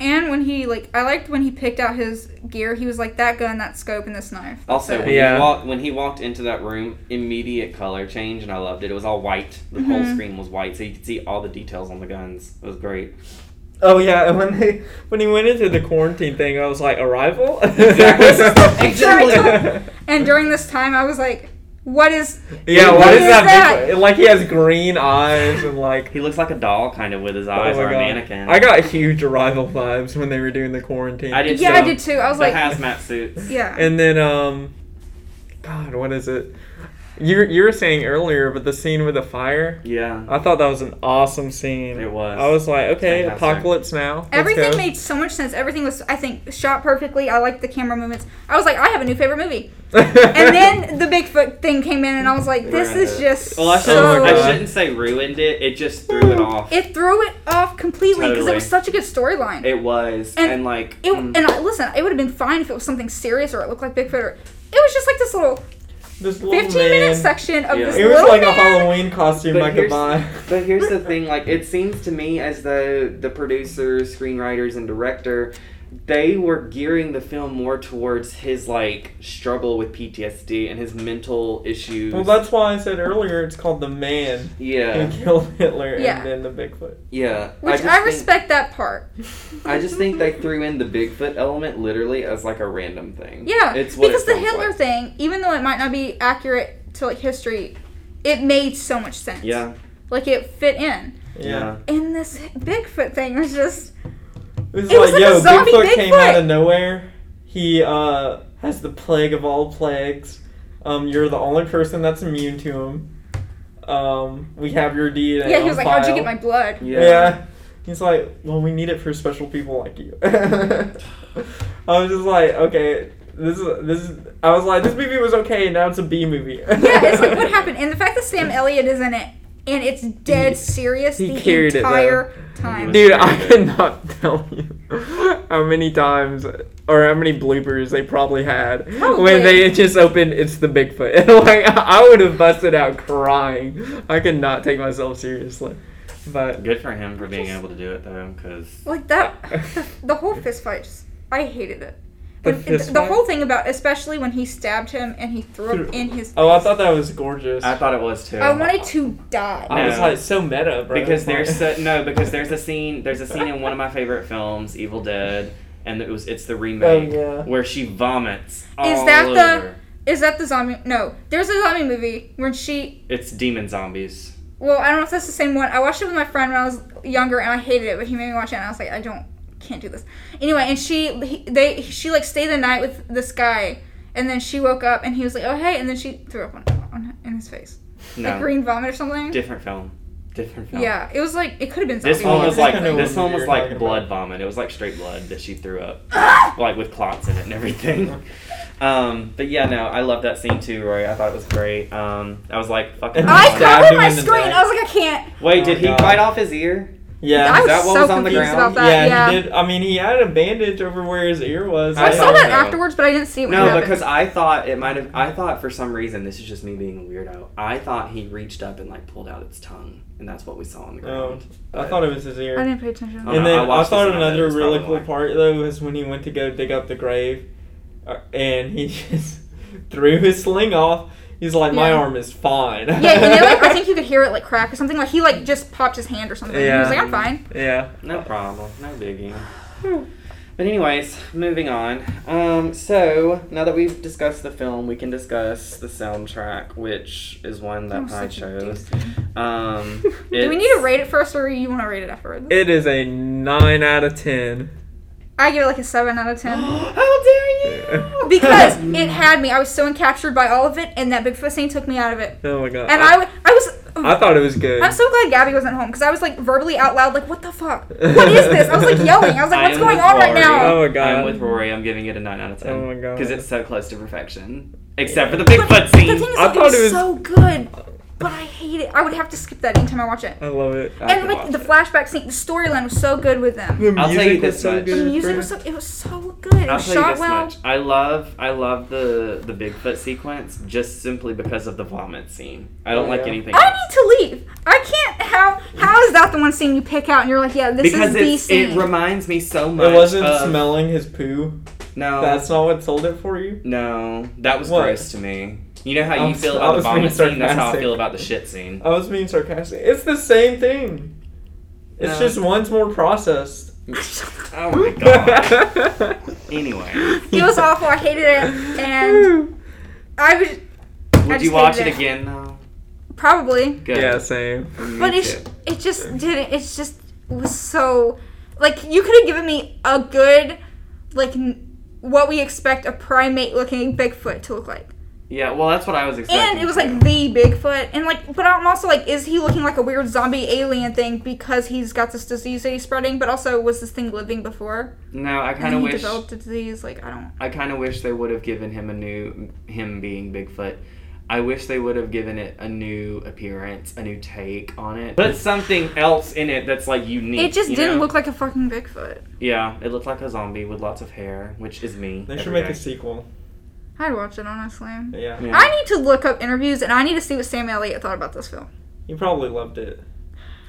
S1: and when he like, I liked when he picked out his gear. He was like that gun, that scope, and this knife.
S2: Also,
S1: That's
S2: when,
S1: it.
S3: Yeah.
S2: he walked, when he walked into that room, immediate color change, and I loved it. It was all white. The whole
S1: Mhm.
S2: screen was white, so you could see all the details on the guns. It was great.
S3: Oh yeah, and when they when he went into the quarantine thing, I was like, arrival.
S2: Exactly. Exactly.
S1: and during this time, I was like, what is?
S3: yeah,
S1: What
S3: what is
S1: is
S3: that?
S1: that?
S3: big- Like he has green eyes and like.
S2: He looks like a doll, kind of, with his
S3: oh my
S2: eyes or a
S3: God.
S2: mannequin.
S3: I got huge arrival vibes when they were doing the quarantine.
S2: I did.
S1: yeah,
S2: too.
S1: I did too. I was
S2: the
S1: like,
S2: hazmat suits.
S1: yeah.
S3: And then um, God, what is it? You you were saying earlier, but the scene with the fire.
S2: Yeah.
S3: I thought that was an awesome scene.
S2: It was.
S3: I was like, okay,
S2: Fantastic.
S3: apocalypse now. Let's
S1: Everything
S3: go.
S1: made so much sense. Everything was, I think, shot perfectly. I liked the camera movements. I was like, I have a new favorite movie. And then the Bigfoot thing came in, and I was like, this
S2: Ruined
S1: is
S2: it.
S1: just
S2: Well, I
S1: so.
S2: shouldn't,
S3: Oh my God.
S2: I shouldn't say ruined it. It just threw it off. It,
S1: It threw it off completely because it
S2: Totally.
S1: was such a good storyline. It,
S2: was, and,
S1: And
S2: like, mm,
S3: Hmm.
S1: and I, listen, it would have been fine if it was something serious or it looked like Bigfoot. Or, it was just like this little
S3: this little
S1: fifteen minute
S3: man-
S1: section of
S2: Yeah.
S1: this
S3: It was
S1: little
S3: like a
S1: man.
S3: Halloween costume
S2: But
S3: I could
S2: here's-
S3: buy.
S2: But here's the thing, like it seems to me as though the producer, screenwriters, and director, they were gearing the film more towards his like struggle with PTSD and his mental issues.
S3: Well, that's why I said earlier it's called the man
S2: yeah,
S3: who killed Hitler
S1: Yeah.
S3: and then the Bigfoot.
S2: yeah.
S1: Which
S2: just
S1: I,
S2: think-
S1: respect that part.
S2: I just think they threw in the Bigfoot element literally as like a random thing.
S1: Yeah,
S2: it's what it
S1: because the
S2: sounds
S1: Hitler
S2: like.
S1: thing, even though it might not be accurate to like history, it made so much sense.
S2: Yeah,
S1: like it fit in.
S3: Yeah.
S2: yeah.
S1: And this Bigfoot thing was just
S3: It was
S1: It
S3: like,
S1: was like a
S3: yo,
S1: zombie
S3: Bigfoot, came
S1: Bigfoot.
S3: out of nowhere. He uh, has the plague of all plagues. Um, you're the only person that's immune to him. Um, we have your DNA.
S1: yeah. He
S3: on
S1: was like,
S3: file.
S1: "How'd you get my blood?"
S2: Yeah.
S3: Yeah. He's like, well, we need it for special people like you. I was just like, okay, this is this. Is, I was like, this movie was okay, now it's a B movie.
S1: Yeah, it's like what happened, and the fact that Sam Elliott is in it, and it's dead
S3: He-
S1: serious
S3: he
S1: the
S3: carried it, though.
S1: entire time.
S3: Dude, I cannot tell you how many times or how many bloopers they probably had
S1: Probably.
S3: when they just opened. It's the Bigfoot. like I would have busted out crying. I could not take myself seriously, but
S2: Good for him for being able to do it though, because
S1: Like that, the, the whole fist fight. Just, I hated it.
S3: The
S1: When-
S3: fist
S1: the
S3: fight?
S1: whole thing about, especially when he stabbed him and he threw up in his.
S3: oh, I thought that was gorgeous.
S2: I
S3: I,
S2: thought it was too.
S1: I wanted to die.
S2: I
S3: was
S2: No.
S3: like so meta, bro.
S2: because
S3: Like-
S2: there's so, no because there's a scene there's a scene in one of my favorite films evil dead and it was it's the remake
S3: Oh, yeah.
S2: where she vomits is
S1: that the- Is that the zombie? No, there's a zombie movie when she.
S2: it's demon zombies
S1: Well, I don't know if that's the same one. I watched it with my friend when I was younger, and I hated it, but he made me watch it, and I was like, I don't, can't do this. Anyway, and she, he, they, she like stayed the night with this guy, and then she woke up, and he was like, oh hey, and then she threw up on, on in his face, like
S2: no
S1: green vomit or something.
S2: different film different film
S1: Yeah, it was like it could have been.
S2: this
S1: zombie
S2: one
S3: I
S2: was
S1: movie.
S3: think
S2: like
S3: I know
S2: this
S3: Oh, what
S2: one was
S3: you're
S2: like
S3: talking
S2: blood
S3: about.
S2: vomit it was like straight blood that she threw up like with clots in it and everything Um, but yeah, no, I love that scene too, Roy. I thought it was great. Um, I was like, fucking.
S3: And
S1: I
S3: Stabbed
S1: covered
S3: him
S1: my
S3: in the
S1: screen.
S3: neck.
S1: I was like, I can't.
S2: Wait,
S3: Oh,
S2: did he
S3: God.
S2: bite off his ear?
S3: Yeah.
S1: I
S2: Is that
S1: was
S2: what
S1: so
S2: was on the
S1: confused
S2: ground?
S1: about that. Yeah.
S3: he did. I mean, he had a bandage over where his ear was.
S1: I,
S2: I
S1: saw
S2: don't
S1: that
S2: know.
S1: afterwards, but I didn't see it when it
S2: No,
S1: happened.
S2: because I thought it might have. I thought for some reason, this is just me being a weirdo. I thought he reached up and like pulled out its tongue, and that's what we saw on the
S3: Oh,
S2: ground.
S3: I thought it was his ear.
S1: I didn't pay attention.
S2: Oh,
S3: and
S2: no, I
S3: then I,
S2: watched
S3: thought
S2: this and I thought it
S3: another
S2: was
S3: really
S2: probably
S3: cool
S2: why.
S3: part though is when he went to go dig up the grave, uh, and he just threw his sling off. He's like, my
S1: Yeah.
S3: arm is fine.
S1: yeah, and then like I think you could hear it like crack or something. Like he like just popped his hand or something. He
S3: Yeah.
S1: was like, I'm fine.
S3: yeah.
S2: No problem. No biggie. But anyways, moving on. Um, so now that we've discussed the film, we can discuss the soundtrack, which is one that
S1: I'm
S2: I
S1: such a
S2: chose.
S1: doozy.
S2: Um,
S1: Do we
S2: it's-
S1: need to rate it first, or you want to rate it afterwards?
S3: It is a nine out of ten.
S1: I give it like a seven out of ten
S2: How dare
S3: Yeah.
S2: you?
S1: because it had me. I was so encaptured by all of it, and that Bigfoot scene took me out of it.
S3: Oh my god.
S1: And I, w- I was.
S3: I thought it was good.
S1: I'm so glad Gabby wasn't home because I was like verbally out loud, like, what the fuck? What is this? I was like yelling. I was like,
S2: I
S1: what's
S2: am
S1: going
S2: with
S1: on right
S2: Rory.
S1: now?
S3: Oh my god.
S2: I'm with Rory. I'm giving it a nine out of ten.
S3: Oh my God.
S2: Because it's so close to perfection, except for the
S1: But
S2: Bigfoot
S1: the
S2: scene.
S1: thing is,
S3: I
S1: like, it
S3: thought
S1: was,
S3: it was-
S1: so good, but I hate it. I would have to skip that anytime I watch it.
S3: I love it.
S2: I
S1: and
S2: could
S1: like
S2: watch
S1: the
S2: it.
S1: flashback scene, the storyline was so good with them.
S3: The
S2: I'll tell you
S3: music
S2: this
S3: was so
S2: much.
S1: The
S3: good.
S1: music
S3: for-
S1: was so it was so good. It
S2: I'll
S1: was
S2: tell you
S1: shot
S2: this
S1: well.
S2: much. I love I love the the Bigfoot sequence just simply because of the vomit scene. I don't
S3: Oh,
S2: like
S3: yeah.
S2: anything.
S1: I
S2: else.
S1: need to leave. I can't. How how is that the one scene you pick out and you're like, yeah, this
S2: because
S1: is the
S2: it's,
S1: scene.
S2: it reminds me so much. uh, um,
S3: It wasn't
S2: of-
S3: smelling his poo.
S2: No,
S3: That's not what sold it for you.
S2: no, that was
S3: What?
S2: gross to me. You know how you
S3: I'm
S2: feel
S3: so- I
S2: about the
S3: was being
S2: vomit scene. That's how I
S3: sarcastic.
S2: feel about the shit scene.
S3: I was being sarcastic. It's the same thing. It's
S2: No.
S3: just one's more processed.
S2: Oh my god. anyway,
S1: it was awful. I hated it, and I was
S2: would
S1: just
S2: you watch it
S1: hated it.
S2: again though?
S1: probably,
S2: Good.
S3: yeah, same.
S2: Me
S1: but
S2: too.
S1: it it just didn't. It's just was so like you could have given me a good like n- what we expect a primate looking Bigfoot to look like.
S2: Yeah, well, that's what I was expecting.
S1: And it was like the Bigfoot, and like, but I'm also like, is he looking like a weird zombie alien thing because he's got this disease that he's spreading? But also, was this thing living before?
S2: no, I
S1: And
S2: kind
S1: then
S2: of
S1: he
S2: wish
S1: developed a disease. Like, I don't.
S2: I kind of wish they would have given him a new him being Bigfoot. I wish they would have given it a new appearance, a new take on it. Put something else in it that's like unique.
S1: It just
S2: you
S1: didn't
S2: know?
S1: look like a fucking Bigfoot.
S2: Yeah, it looked like a zombie with lots of hair, which is me.
S3: They should
S2: every
S3: make
S2: day.
S3: a sequel.
S1: I'd watch it honestly.
S3: Yeah.
S2: Yeah.
S1: I need to look up interviews, and I need to see what Sam Elliott thought about this film.
S3: You probably loved it.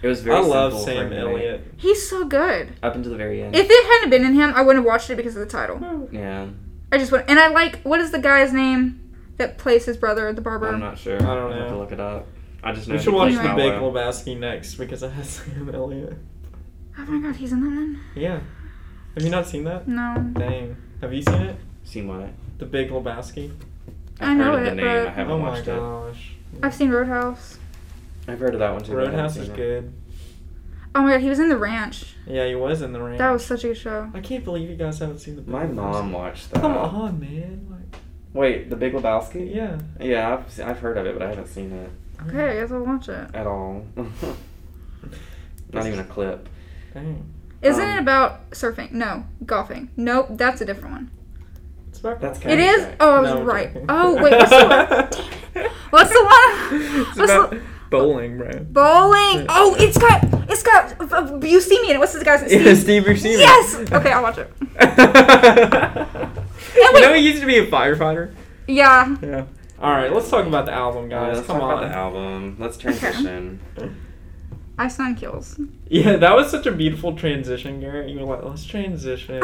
S2: It was very.
S3: I love
S2: simple for
S3: Sam
S2: me,
S3: Elliott.
S1: He's so good.
S2: Up until the very end.
S1: If it hadn't been in him, I wouldn't have watched it because of the title.
S2: yeah,
S1: I just would. And I like what is the guy's name that plays his brother, the barber?
S2: I'm not sure.
S3: I
S2: I'll
S3: don't
S2: have to
S3: know.
S2: look it up. I just know.
S3: We
S2: he
S3: should watch
S2: plays
S3: The
S1: Anyway.
S3: Big
S2: Mallow.
S3: Lebowski next because it has Sam Elliott.
S1: Oh my god, he's in that one.
S3: Yeah. Have you not seen that?
S1: No,
S3: Dang. Have you seen it?
S2: Seen what?
S3: The Big Lebowski.
S1: I know
S2: heard of the
S1: it,
S2: name.
S1: but-
S2: I haven't
S3: oh my
S2: watched it.
S3: gosh.
S1: I've seen Roadhouse.
S2: I've heard of that one too. but I haven't
S3: Roadhouse
S2: seen
S3: is
S2: it.
S3: good.
S1: Oh my god, he was in The Ranch.
S3: Yeah, he was in the ring.
S1: That was such a good show.
S3: I can't believe you guys haven't seen the. Big
S2: My mom
S3: Lebowski.
S2: watched that.
S3: Come on, man. Like,
S2: Wait, The Big Lebowski?
S3: yeah.
S2: Yeah, I've, se- I've heard of it, but I haven't seen it
S1: Okay, I guess I'll watch it.
S2: at all. Not even a clip.
S3: Dang.
S1: Isn't
S2: Um,
S1: it about surfing? No, golfing. Nope, that's a different one.
S3: It's about
S2: That's
S1: It
S2: Okay,
S1: is.
S2: okay.
S1: Oh, I was
S3: No, I'm
S1: right.
S3: joking.
S1: Oh wait, what's the one? What's the one?
S3: It's
S1: What's
S3: about
S1: the-
S3: bowling, bro.
S1: Bowling. Oh, it's got it's got uh, Buscemi in it. What's this guy's name?
S3: Yeah, Steve Buscemi.
S1: Yes. Okay, I'll watch it.
S3: you know, he used to be a firefighter.
S1: Yeah.
S3: Yeah. All right, let's talk about the album,
S2: Guys,
S3: guys.
S2: let's
S3: Come
S2: talk
S3: on.
S2: about the album. Let's transition.
S1: I Sun Kills.
S3: Yeah, that was such a beautiful transition, Garrett. You were like, let's transition.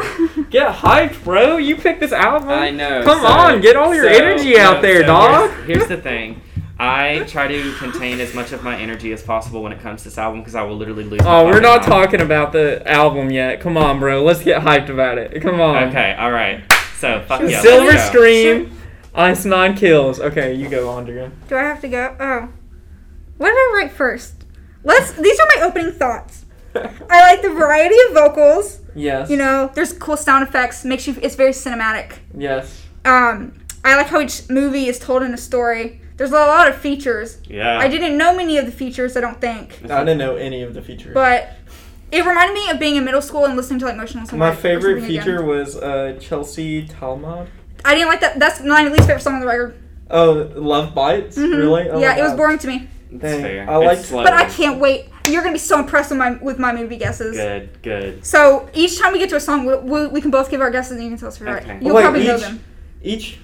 S3: get hyped, bro. You picked this album.
S2: I know.
S3: Come
S2: so-
S3: on, get all your
S2: so-
S3: energy out
S2: no,
S3: there,
S2: so
S3: dog.
S2: Here's, here's the thing. I try to contain as much of my energy as possible when it comes to this album because I will literally lose. my
S3: Oh, we're
S2: fucking
S3: not
S2: mind.
S3: talking about the album yet. Come on, bro. Let's get hyped about it. Come on.
S2: Okay, all right. So fuck yeah.
S3: Silver
S2: let's go.
S3: Scream, Ice Nine Kills. Okay, you go, Andrea.
S1: Do I have to go? Oh. What did I write first? Let's. These are my opening thoughts. I like the variety of vocals.
S3: yes.
S1: You know, there's cool sound effects. Makes you. It's very cinematic.
S3: Yes.
S1: Um, I like how each movie is told in a story. There's a lot of features.
S2: Yeah.
S1: I didn't know many of the features. I don't think,
S3: I didn't know any of the features.
S1: but it reminded me of being in middle school and listening to like Motionless. in
S3: My
S1: White or
S3: favorite
S1: something again.
S3: feature was uh, Chelsea Talmud.
S1: I didn't like that. That's my least favorite song on the record.
S4: Oh, Love Bites?
S1: Mhm.
S4: Really? Oh my
S1: yeah, it was
S4: God.
S1: boring to me.
S2: That's
S4: Dang,
S2: fair.
S4: I liked-
S2: it's
S1: But I
S2: slow.
S1: can't wait. You're gonna be so impressed with my with my movie guesses.
S2: Good, good.
S1: So each time we get to a song, we, we, we can both give our guesses and you can tell us if you're
S2: Okay.
S1: right. You'll
S4: Wait,
S1: probably know
S4: each-
S1: them.
S4: Each.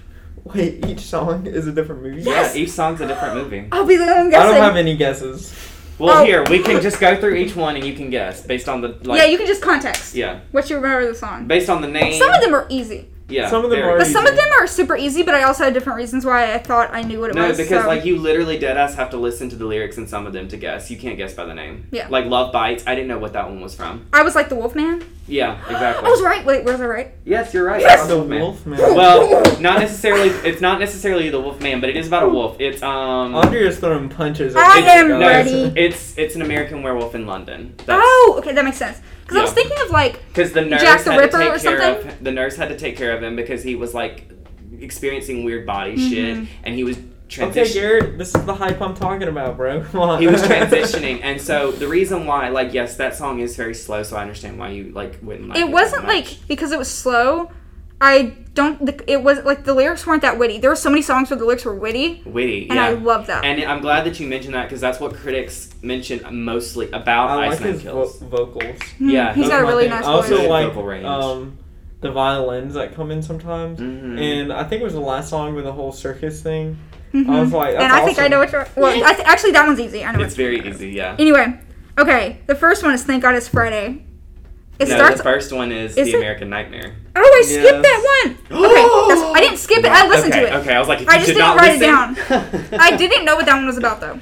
S4: Wait, each song is a different movie?
S1: Yes.
S2: Yeah, each song's a different movie.
S1: I'll be the one
S4: I
S1: guessing.
S4: don't have any guesses.
S2: Well,
S1: Oh.
S2: here we can just go through each one and you can guess based on the like.
S1: yeah, you can just context
S2: yeah,
S1: what you remember of the song.
S2: based on the name.
S1: Some of them are easy,
S2: Yeah,
S4: some of them
S2: very-
S4: are
S1: but
S4: Pretty
S1: some of
S4: easy.
S1: them are super easy. But I also had different reasons why I thought I knew what it
S2: No,
S1: was. um,
S2: because
S1: so-
S2: like you literally dead ass have to listen to the lyrics and some of them to guess. You can't guess by the name.
S1: Yeah.
S2: Like Love Bites, I didn't know what that one was from.
S1: I was like the Wolfman.
S2: Yeah, exactly.
S1: I was right. Wait, was I right?
S2: Yes, you're right.
S1: Yes!
S2: It's
S4: The
S2: Wolfman.
S4: Wolfman.
S2: Well, not necessarily. It's not necessarily the Wolfman, but it is about a wolf. It's um.
S4: Andrea's throwing punches. at
S1: I
S4: me.
S1: am
S2: no, it's-
S1: ready.
S2: It's it's an American werewolf in London.
S1: oh, okay, that makes sense. Because I was
S2: Yeah.
S1: thinking of like
S2: Because the nurse
S1: Jack the
S2: had
S1: Ripper
S2: to
S1: or
S2: take care
S1: something?
S2: of the nurse had to take care of him because he was like experiencing weird body
S1: Mhm.
S2: shit, and he was
S4: Okay,
S2: transitioning.
S4: Garrett, this is the hype I'm talking about, bro. Come on.
S2: he was transitioning, and so the reason why, like, yes, that song is very slow, so I understand why you like wouldn't like.
S1: it
S2: that
S1: wasn't
S2: much.
S1: like because it was slow. I don't. The, it was like the lyrics weren't that witty. There were so many songs where the lyrics were witty,
S2: witty,
S1: and
S2: yeah.
S1: I love that.
S2: and I'm glad that you mentioned that because that's what critics mention mostly about
S4: I like
S2: Iceman
S4: his vo-
S2: Kills.
S4: vocals.
S1: Hmm,
S2: yeah,
S1: he's
S2: those
S1: got
S2: are
S1: a
S2: my
S1: really
S4: thing.
S1: nice
S4: I also
S1: voice.
S2: Good
S4: like
S2: vocal range.
S4: um, the violins that come in sometimes.
S2: Mhm.
S4: And I think it was the last song with the whole circus thing.
S1: Mhm.
S4: I was like, that's
S1: and I think I
S4: awesome.
S1: know what you're. Well, I th- actually, that one's easy. I know
S2: it's
S1: what-
S2: very easy, yeah.
S1: Anyway, okay. The first one is "Thank God It's Friday." It
S2: no,
S1: starts.
S2: the first one is,
S1: is
S2: the
S1: it-
S2: American Nightmare.
S1: oh, I skipped
S4: Yes.
S1: that one. Okay, that's, I didn't skip it. I listened
S2: okay,
S1: to it.
S2: Okay, I was like, if
S1: I
S2: you
S1: just
S2: did
S1: didn't
S2: not
S1: write it
S2: listen-
S1: I didn't know what that one was about though.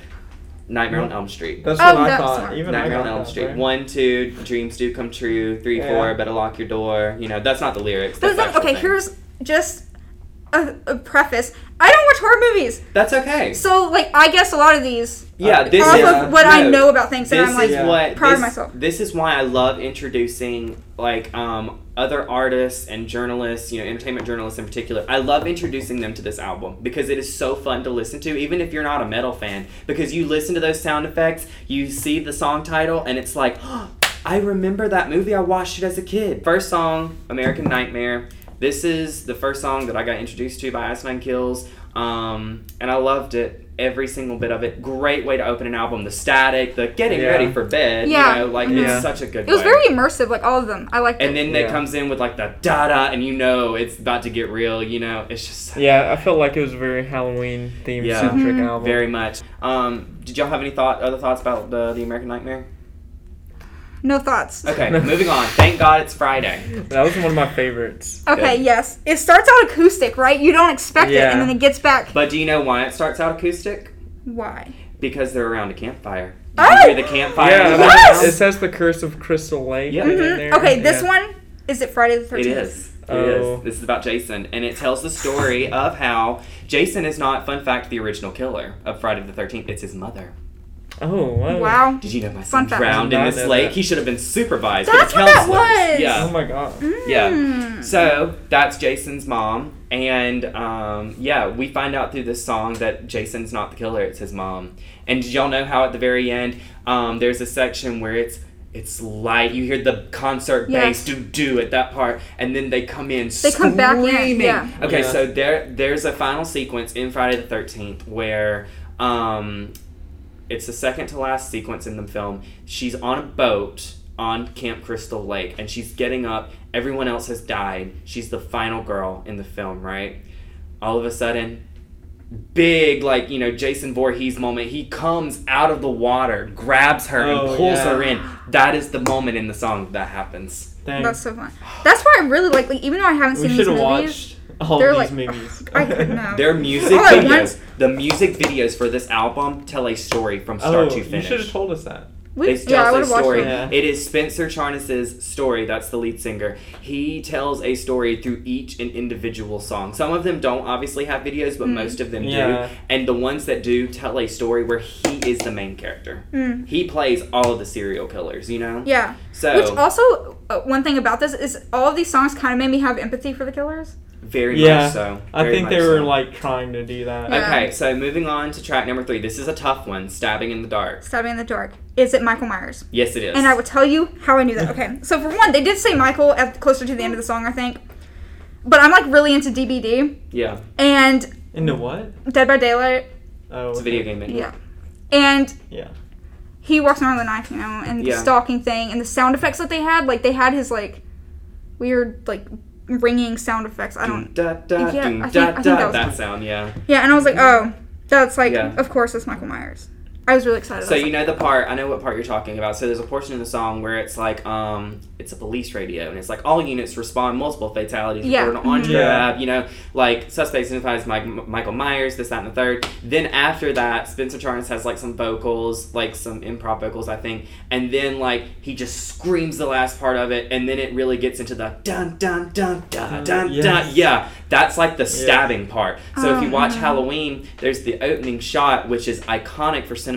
S2: Nightmare on Elm Street.
S4: That's
S1: Oh,
S4: what I
S1: that's
S4: thought.
S1: smart.
S4: Even I
S2: Nightmare on
S4: got
S2: Elm
S4: that,
S2: Street.
S4: bro.
S2: One, two, dreams do come true. Three,
S4: Yeah.
S2: four, better lock your door. You know, that's not the lyrics.
S1: But
S2: That's
S1: then,
S2: actual
S1: okay,
S2: thing.
S1: here's just a, a preface. I don't watch horror movies,
S2: That's okay.
S1: so like I guess a lot of these
S2: Yeah,
S4: Uh,
S2: this
S1: off
S2: is
S1: of what I
S2: no,
S1: know about things, and
S2: This
S1: I'm like,
S2: is
S4: yeah.
S2: what
S1: proud of
S2: this,
S1: myself.
S2: This is why I love introducing like um other artists and journalists, you know, entertainment journalists in particular. I love introducing them to this album because it is so fun to listen to, even if you're not a metal fan, because you listen to those sound effects, you see the song title, and it's like, I remember that movie. I watched it as a kid. First song, American Nightmare. This is the first song that I got introduced to by Iceman Kills, um, and I loved it. Every single bit of it. Great way to open an album. The static, the getting
S4: Yeah.
S2: ready for bed.
S1: Yeah.
S2: You know, like
S3: Yeah.
S2: it's such a good.
S1: it was
S2: way.
S1: very immersive, like all of them. I liked
S2: And
S1: it.
S2: then it
S4: Yeah.
S2: comes in with like the da da, and you know it's about to get real. You know, it's just
S3: Yeah, I felt like it was a very Halloween themed
S2: Yeah.
S3: centric
S1: Mhm.
S3: album.
S2: very much. Um, did y'all have any thought, other thoughts about the the American Nightmare?
S1: No thoughts. Okay.
S2: Okay, moving on. Thank God it's Friday.
S3: that was one of my favorites.
S1: yes. It starts out acoustic, right? You don't expect it, and
S3: Yeah.
S1: then it gets back.
S2: But do you know why it starts out acoustic?
S1: Why?
S2: Because they're around a campfire. You
S1: Oh!
S2: hear the campfire. in
S3: Yeah,
S1: Yes!
S2: the
S3: that-
S2: background?
S3: it says the curse of Crystal Lake.
S2: Yeah.
S3: in
S1: Mhm.
S3: there.
S1: Okay, this
S3: Yeah.
S1: one is it Friday the
S2: It
S1: Thirteenth?
S2: is. It is.
S3: Oh.
S2: This is about Jason, and it tells the story of how Jason is not, fun fact, the original killer of Friday the 13th. It's his mother.
S3: Oh wow.
S1: Wow.
S2: Did you know my
S1: Fun
S2: son
S1: fact.
S2: drowned in
S3: Did not
S2: this
S3: know
S2: lake?
S3: that.
S2: He should have been supervised.
S1: That's
S2: with
S1: what that
S2: counselors.
S1: was!
S2: Yeah.
S4: Oh my god.
S2: Yeah.
S1: Mm.
S2: So that's Jason's mom, and um, yeah, we find out through this song that Jason's not the killer; it's his mom. And did y'all know how at the very end, um, there's a section where it's it's light. You hear the concert
S1: Yes.
S2: bass do do at that part, and then they come in.
S1: They come back in,
S2: screaming.
S1: yeah.
S2: Okay,
S4: Yeah.
S2: so there there's a final sequence in Friday the Thirteenth where. Um, it's the second to last sequence in the film. She's on a boat on Camp Crystal Lake and she's getting up. Everyone else has died. She's the final girl in the film, right? All of a sudden, big, like, you know, Jason Voorhees moment. He comes out of the water, grabs her,
S4: Oh,
S2: and pulls
S4: yeah.
S2: her in. That is the moment in the song that happens.
S4: Dang.
S1: That's so fun. That's why I really like, like even though I haven't
S4: we
S1: seen these
S4: should have watched
S1: movies,
S4: all
S1: they're
S4: these
S1: like
S4: movies.
S1: I could not.
S2: Their music
S1: All at
S2: videos,
S1: once?
S2: the music videos for this album tell a story from
S4: Oh,
S2: start to
S4: you
S2: finish.
S4: should have told us that.
S1: We-
S2: They
S1: yeah, I
S2: tells
S1: would
S2: a
S1: have watched
S2: story.
S1: them.
S4: Yeah.
S2: It is Spencer Charnis's story. That's the lead singer. He tells a story through each and individual song. Some of them don't obviously have videos,
S1: Hmm.
S2: but most of them
S4: Yeah.
S2: do. And the ones that do tell a story where he is the main character.
S1: Mm.
S2: He plays all of the serial killers. You know.
S1: Yeah.
S2: So
S1: Which also, uh, one thing about this is all of these songs kind of made me have empathy for the killers.
S2: very
S4: Yeah,
S2: much so.
S4: I
S2: Very
S4: think they
S2: much
S4: were
S2: so.
S4: like trying to do that.
S1: Yeah.
S2: Okay, so moving on to track number three. This is a tough one. Stabbing in the dark.
S1: Stabbing in the dark. Is it Michael Myers?
S2: Yes, it is.
S1: And I will tell you how I knew that. Okay. So for one, they did say Michael at closer to the end of the song, I think. but I'm like really into DBD
S2: Yeah,
S1: and
S4: Into what?
S1: Dead by Daylight.
S4: Oh,
S2: it's a video game. manual.
S1: Yeah. And
S4: Yeah.
S1: he walks around with a knife, you know, and
S2: Yeah.
S1: the stalking thing and the sound effects that they had, like they had his like weird like ringing sound effects. I don't.
S2: Da, da,
S1: Yeah,
S2: doo,
S1: I think-
S2: da,
S1: I think
S2: da,
S1: that was
S2: that
S1: it.
S2: sound, yeah.
S1: Yeah, and I was like, oh, that's like,
S2: Mm. Mm-hmm. Yeah.
S1: of course, that's Michael Myers. I was really excited.
S2: So
S1: I was
S2: you know the part. I know what part you're talking about. So there's a portion of the song where it's like, um, it's a police radio, and it's like all units respond multiple fatalities.
S1: Yeah. Mm-hmm.
S2: Or an orange
S4: Mhm.
S2: grab. You know, like suspects identified as Mike, M- Michael Myers. This, that, and the third. Then after that, Spencer Charles has like some vocals, like some improv vocals, I think. And then like he just screams the last part of it, and then it really gets into the dun dun dun dun
S4: Uh,
S2: dun
S4: yes.
S2: dun. Yeah, that's like the stabbing part. So if you
S1: Oh,
S2: watch
S1: no.
S2: Halloween, there's the opening shot, which is iconic for cinematographers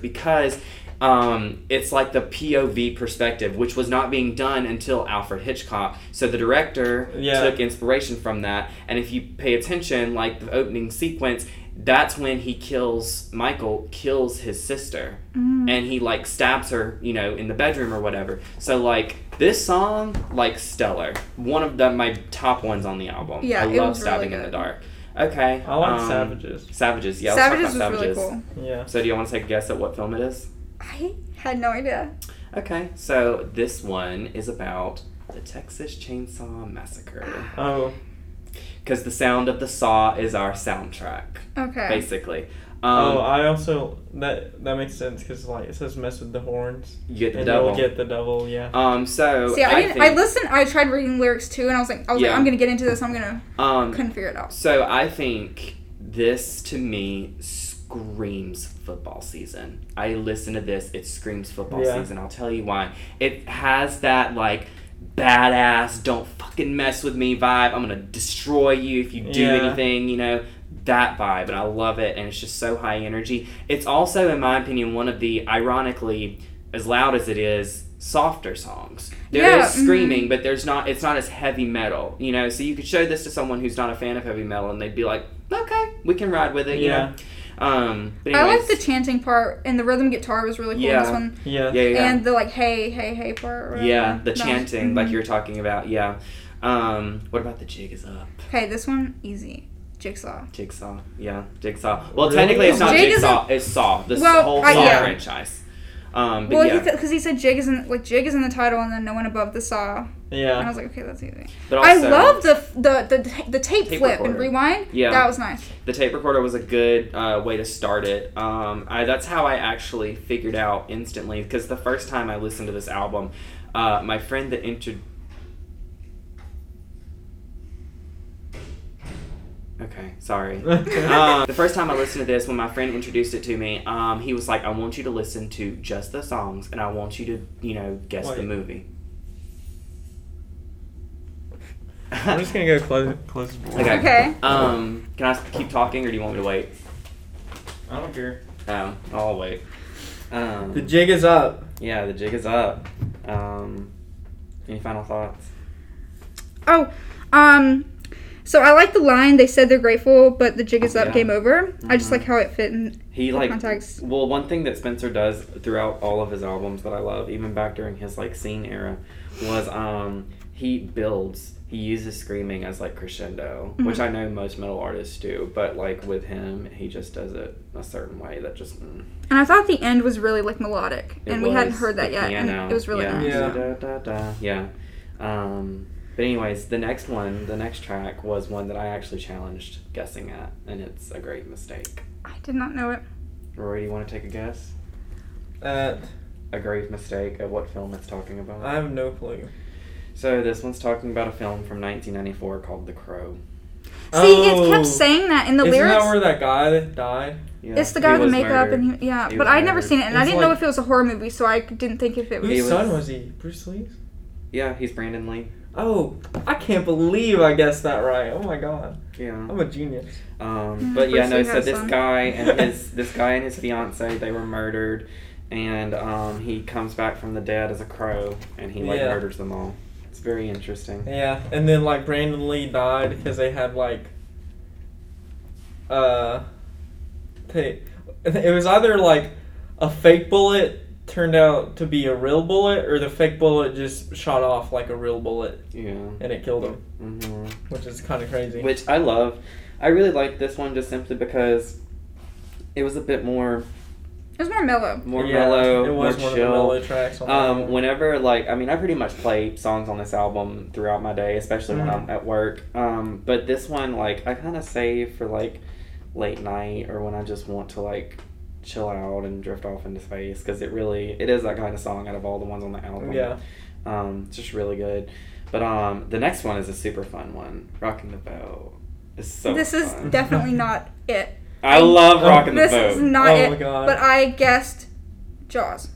S2: because um, it's like the POV perspective, which was not being done until Alfred Hitchcock. So the director
S4: Yeah.
S2: took inspiration from that. And if you pay attention, like the opening sequence, that's when he kills Michael, kills his sister,
S1: mm.
S2: and he like stabs her, you know, in the bedroom or whatever. So like this song, like stellar, one of the my top ones on the album.
S1: Yeah,
S2: I
S1: it
S2: love
S1: was really
S2: stabbing in the
S1: good.
S2: dark. Okay.
S4: I like
S2: um,
S4: Savages.
S2: Savages, yeah.
S1: Savages
S2: let's
S1: was
S2: talk about
S1: really
S2: Savages.
S1: cool.
S4: Yeah.
S2: So, do you want to take a guess at what film it is?
S1: I had no idea.
S2: Okay, so this one is about the Texas Chainsaw Massacre.
S4: Oh,
S2: Because the sound of the saw is our soundtrack,
S1: Okay.
S2: basically.
S4: oh!
S2: Um,
S4: I also that that makes sense because like it says mess with the horns
S2: you get the
S4: and
S2: devil.
S4: you'll get the devil. Yeah.
S2: um, so,
S1: See, I,
S2: I,
S1: didn't.
S2: think,
S1: I listened. I tried reading lyrics too, and I was like, I was
S2: Yeah.
S1: like, I'm gonna get into this. I'm gonna.
S2: um,
S1: Couldn't figure it out.
S2: So I think this to me screams football season. I listen to this, it screams football
S4: Yeah.
S2: season. I'll tell you why. It has that like badass, don't fucking mess with me vibe. I'm gonna destroy you if you do
S4: Yeah.
S2: anything, you know. That vibe, and I love it, and it's just so high energy. It's also, in my opinion, one of the ironically, as loud as it is, softer songs. There is
S1: Yeah, mhm.
S2: screaming, but there's not it's not as heavy metal you know so you could show this to someone who's not a fan of heavy metal and they'd be like okay we can ride with it you
S4: Yeah.
S2: know um but
S1: I
S2: anyways,
S1: liked the chanting part, and the rhythm guitar was really cool. in
S2: Yeah.
S1: This one,
S4: yeah.
S2: yeah yeah
S1: and the like, hey, hey, hey part. or
S2: yeah,
S1: whatever.
S2: the
S1: That was-
S2: chanting like
S1: mhm.
S2: you were talking about yeah um what about the jig is up
S1: Hey, this one easy. Jigsaw.
S2: jigsaw yeah jigsaw well
S4: Really?
S2: technically it's not
S1: Jig is
S2: jigsaw it's saw this
S1: Well,
S2: whole saw
S1: I-
S4: yeah.
S2: franchise um but
S1: Well,
S2: yeah
S1: because he, said jig is in like jig is in the title, and then no one above the saw. And I
S4: Yeah.
S1: was like, okay, that's easy.
S2: but
S1: I
S2: also
S1: love the the the, the tape,
S2: Tape
S1: flip
S2: recorder.
S1: and rewind.
S2: Yeah.
S1: that was nice.
S2: the tape recorder was a good uh, way to start it. Um, I, that's how I actually figured out instantly because the first time I listened to this album, uh, my friend that intro. Okay, sorry. um, the first time I listened to this, when my friend introduced it to me, um, he was like, "I want you to listen to just the songs, and I want you to, you know, guess the
S4: Wait.
S2: movie."
S3: I'm just gonna go close close the door.
S2: Okay.
S1: Okay.
S2: Um, can I keep talking, or do you want me to wait?
S4: I don't care.
S2: Oh, I'll wait. Um,
S4: The jig is up.
S2: yeah, the jig is up. Um, any final thoughts?
S1: Oh, um, so I like the line. They said they're grateful, but the jig is up,
S2: Yeah.
S1: game over. I just
S2: Mhm.
S1: like how it fit in.
S2: He
S1: The
S2: like
S1: context.
S2: well, one thing that Spencer does throughout all of his albums that I love, even back during his like scene era, was um he builds. He uses screaming as like crescendo,
S1: Mm-hmm.
S2: which I know most metal artists do, but like with him, he just does it a certain way that just. Mm,
S1: And I thought the end was really like melodic,
S2: it
S1: and we hadn't
S2: was
S1: heard that
S2: the
S1: yet,
S2: piano.
S1: and it was really
S2: yeah.
S1: nice.
S4: Yeah.
S2: Da, da, da. yeah. Um, but anyways, the next one, the next track was one that I actually challenged guessing at, and it's a great mistake.
S1: I did not know it.
S2: Rory, do you want to take a guess?
S4: Uh,
S2: A grave mistake of what film it's talking about.
S4: I have no clue.
S2: so this one's talking about a film from 1994 called The Crow.
S1: See, it
S4: Oh.
S1: kept saying that in the
S4: Isn't
S1: lyrics.
S4: that where that guy that died?
S2: Yeah.
S1: it's the guy
S2: He
S1: with the
S2: was
S1: makeup,
S2: murdered.
S1: and he, yeah,
S2: He
S1: but
S2: was
S1: I'd never
S2: murdered.
S1: seen it, and I
S4: It's
S1: didn't know
S4: like-
S1: if it was a horror movie, so I didn't think if it was.
S4: Whose
S2: was-
S4: son was he? Bruce Lee's.
S2: Yeah, he's Brandon Lee.
S4: Oh, I can't believe I guessed that right. Oh my god,
S2: Yeah.
S4: I'm a genius.
S2: Um,
S1: Mm,
S2: but yeah,
S1: Bruce
S2: no.
S1: Lee
S2: So
S1: has
S2: this
S1: some.
S2: guy and his this guy and his fiance they were murdered, and um, he comes back from the dead as a crow, and he like
S4: Yeah.
S2: murders them all. It's very interesting.
S4: Yeah, and then like Brandon Lee died because they had like, uh, they, it was either like a fake bullet turned out to be a real bullet, or the fake bullet just shot off like a real bullet
S2: Yeah.
S4: and it killed him,
S2: hmm
S4: which is kind of crazy.
S2: Which I love. I really like this one just simply because it was a bit more
S1: It was more mellow.
S2: more
S4: Yeah,
S2: mellow,
S4: It was
S2: more
S4: one
S2: chill.
S4: of the mellow tracks. On the
S2: Um,
S4: album.
S2: whenever like I mean I pretty much play songs on this album throughout my day, especially when
S4: Mhm.
S2: I'm at work. Um, but this one like I kind of save for like late night or when I just want to like chill out and drift off into space because it really it is that kind of song out of all the ones on the album.
S4: yeah,
S2: Um, it's just really good. But um, the next one is a super fun one. Rocking the boat is so.
S1: this is
S2: fun.
S1: definitely not it.
S2: I love
S4: Oh,
S2: rocking the
S1: This is
S2: boat.
S1: not
S4: Oh
S1: it.
S4: my God.
S1: But I guessed Jaws.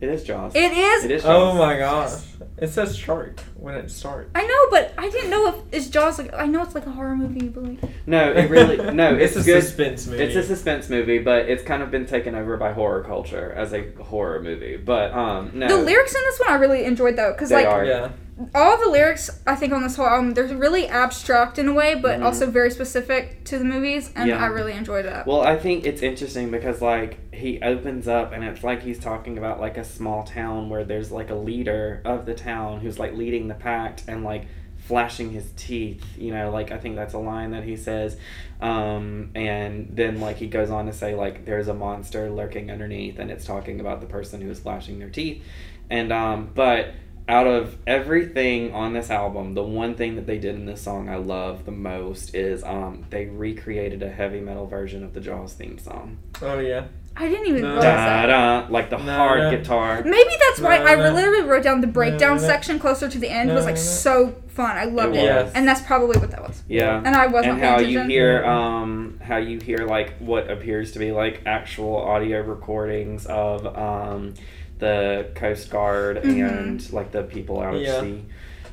S2: It is Jaws.
S1: It is.
S2: It is Jaws.
S4: Oh my gosh, it says shark when it starts.
S1: I know, but I didn't know if it's Jaws. Like I know it's like a horror movie, but like
S2: No, it really no. It's,
S4: it's a
S2: good.
S4: suspense movie.
S2: It's a suspense movie, but it's kind of been taken over by horror culture as a horror movie. But um, no,
S1: the lyrics in this one I really enjoyed though, because
S2: They
S1: like
S2: are.
S4: yeah,
S1: all the lyrics I think on this whole album they're really abstract in a way, but
S2: Mhm.
S1: also very specific to the movies, and
S2: Yeah.
S1: I really enjoyed that.
S2: Well, I think it's interesting because like he opens up and it's like he's talking about like a small town where there's like a leader of the town who's like leading the pact and like flashing his teeth, you know, like I think that's a line that he says. Um and then like he goes on to say like there's a monster lurking underneath and it's talking about the person who is flashing their teeth. And um but out of everything on this album, the one thing that they did in this song I love the most is um, they recreated a heavy metal version of the Jaws theme song.
S4: oh yeah.
S1: I didn't even
S4: No.
S1: realize
S2: Da
S1: Oh, that.
S2: da, like the
S4: No,
S2: hard
S4: no.
S2: guitar.
S1: Maybe that's why
S4: No,
S1: I
S4: no.
S1: literally wrote down the breakdown
S4: no.
S1: section closer to the end
S4: No,
S1: was like
S4: no, no.
S1: so fun. I loved
S2: It
S1: it,
S4: Yes.
S1: and that's probably what that was.
S2: Yeah.
S1: And I wasn't
S2: and
S1: paying
S2: how you
S1: attention.
S2: hear um how you hear like what appears to be like actual audio recordings of um the Coast Guard
S1: Mhm.
S2: and like the people out at
S4: Yeah.
S2: sea.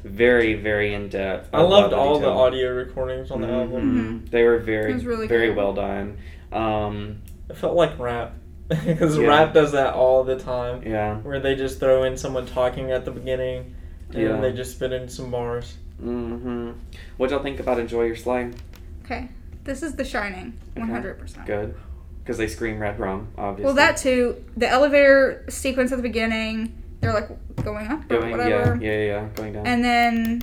S2: Very, very in depth.
S4: I loved all the
S2: detail.
S4: audio recordings on the
S3: Mm-hmm.
S4: album.
S2: Mhm. They were very,
S1: Mm-hmm. It was really
S2: very
S1: cool.
S2: well done. Um,
S4: It felt like rap because
S2: Yeah.
S4: rap does that all the time,
S2: yeah.
S4: where they just throw in someone talking at the beginning, and
S2: Yeah.
S4: then they just spit in some bars.
S2: Mm-hmm. What y'all think about Enjoy Your Slay?
S1: Okay, this is The Shining,
S2: Okay.
S1: one hundred percent.
S2: Good. Because they scream Red Rum, obviously.
S1: Well, that too. The elevator sequence at the beginning, they're like going up or
S2: Going,
S1: whatever,
S2: Yeah, yeah, yeah. Going down.
S1: and then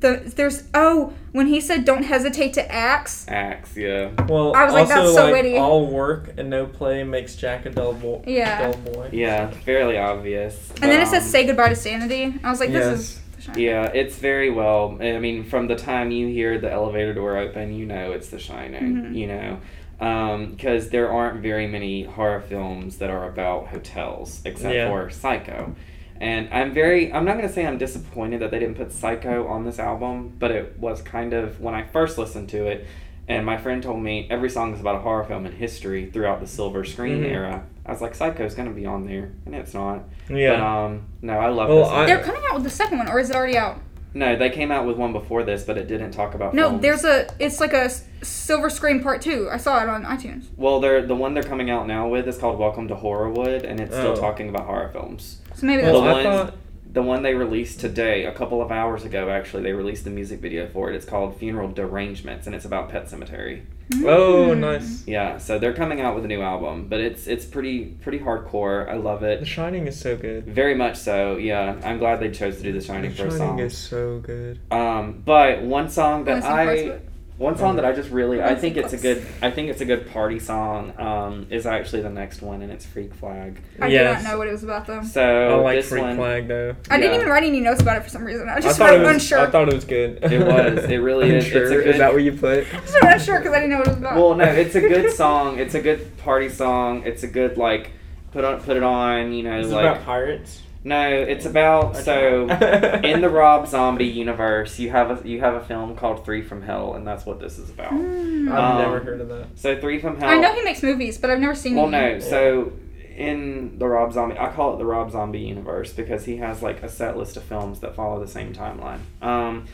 S1: the there's oh when he said don't hesitate to axe.
S2: Axe, yeah.
S4: Well,
S1: I was like,
S4: also
S1: that's so
S4: like
S1: witty.
S4: all work and no play makes Jack a dull boy.
S1: Yeah.
S4: dull boy.
S2: Yeah, fairly obvious.
S1: And then
S2: but,
S1: it says
S2: um,
S1: say goodbye to sanity. I was like, this
S4: Yes.
S1: is The Shining.
S2: Yeah, it's very well. I mean, from the time you hear the elevator door open, you know it's The Shining.
S3: Mm-hmm.
S1: Mhm.
S2: You know, because there aren't very many horror films that are about hotels except
S4: Yeah.
S2: for Psycho. And I'm very, I'm not going to say I'm disappointed that they didn't put Psycho on this album, but it was kind of, when I first listened to it, and my friend told me every song is about a horror film in history throughout the silver screen
S3: Mm-hmm.
S4: Mhm.
S2: era. I was like, Psycho's going to be on there, and it's not. But,
S3: Yeah.
S2: um, no, I love
S3: Well,
S2: this.
S3: I-
S1: They're coming out with the second one, or is it already out?
S2: No, they came out with one before this, but it didn't talk about.
S1: No,
S2: films.
S1: there's a. It's like a s- Silver Screen Part Two. I saw it on iTunes.
S2: Well, they're the one they're coming out now with is called Welcome to Horrorwood, and it's still
S4: Oh.
S2: talking about horror films.
S1: So maybe that's
S2: the
S4: Well, I
S2: one-
S4: thought
S2: The one they released today, a couple of hours ago, actually, they released the music video for it. It's called Funeral Derangements, and it's about Pet Cemetery.
S3: Oh,
S1: Mm.
S3: nice.
S2: Yeah, so they're coming out with a new album, but it's it's pretty pretty hardcore. I love
S3: The
S2: it
S3: Shining is so good.
S2: very much. So yeah, I'm glad they chose to do The Shining
S3: The
S2: for a
S3: Shining
S2: song.
S3: is so good.
S2: Um, but one song
S1: Only
S2: that
S1: some parts of
S2: I
S1: it.
S2: One song that I just really I
S1: That's
S2: think it's a
S1: close.
S2: good I think it's a good party song um, is actually the next one and it's Freak Flag.
S1: I
S3: Yes.
S1: did not know what it was about though.
S2: So
S3: I like
S2: Oh, this
S3: Freak
S2: one
S3: Flag though.
S1: I didn't
S2: yeah.
S1: even write any notes about it for some reason. I was
S3: I
S1: just
S3: thought
S1: wrote
S3: it was.
S1: unsure.
S3: I thought it was good.
S2: It was. It really is. It's a
S3: Unsure.
S2: good-
S3: Is that what you put?
S1: I just wrote unsure because I didn't know what it was about.
S2: Well, no, it's a good song. It's a good party song. It's a good like put on put it on, you know,
S4: it's
S2: like
S4: about pirates.
S2: No, it's about so in the Rob Zombie universe, you have a you have a film called Three from Hell and that's what this is about.
S1: Mm.
S4: I've
S2: Um,
S4: never heard of that.
S2: So Three from Hell
S1: I know he makes movies, but I've never seen.
S2: Well,
S1: it.
S2: no. So in the Rob Zombie, I call it the Rob Zombie universe because he has like a set list of films that follow the same timeline. Um,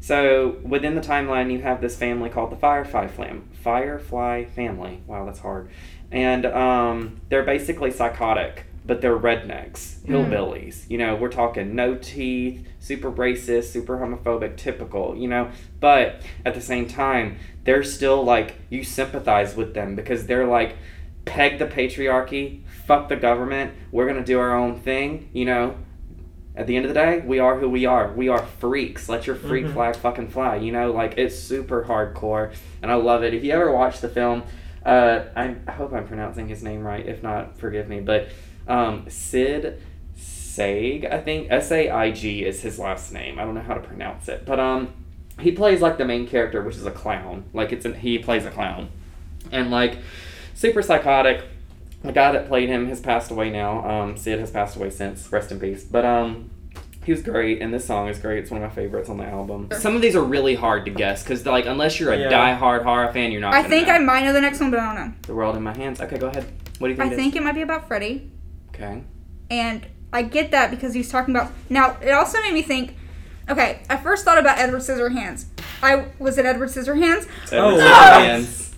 S2: so within the timeline, you have this family called the Firefly Flam, Firefly family. Wow, that's hard. And um, they're basically psychotic, but they're rednecks,
S1: Hmm.
S2: hillbillies. You know, we're talking no teeth, super racist, super homophobic, typical. You know, but at the same time, they're still like you sympathize with them because they're like peg the patriarchy, fuck the government, we're gonna do our own thing, you know. At the end of the day, we are who we are. We are freaks. Let your freak
S4: Mhm.
S2: flag fucking fly. You know, like it's super hardcore, and I love it. If you ever watch the film, uh, I I hope I'm pronouncing his name right. If not, forgive me. But um, Sid Saig, I think S A I G is his last name. I don't know how to pronounce it, but um, he plays like the main character, which is a clown. Like it's an, he plays a clown, and like super psychotic. The guy that played him has passed away now. Um, Sid has passed away since. Rest in peace. But um, he was great, and this song is great. It's one of my favorites on the album. Some of these are really hard to guess because like unless you're a
S4: Yeah.
S2: die-hard horror fan, you're not.
S1: I
S2: gonna
S1: think
S2: know.
S1: I might know the next one, but I don't know.
S2: The world in my hands. Okay, go ahead. What do
S1: I
S2: you think? it is?
S1: think it might be about Freddy.
S2: Okay.
S1: and I get that because he's talking about. Now it also made me think. Okay, I first thought about Edward Scissorhands. I was it Edward Scissorhands.
S2: It's
S4: Oh,
S2: Edward
S1: wow.
S2: Scissorhands.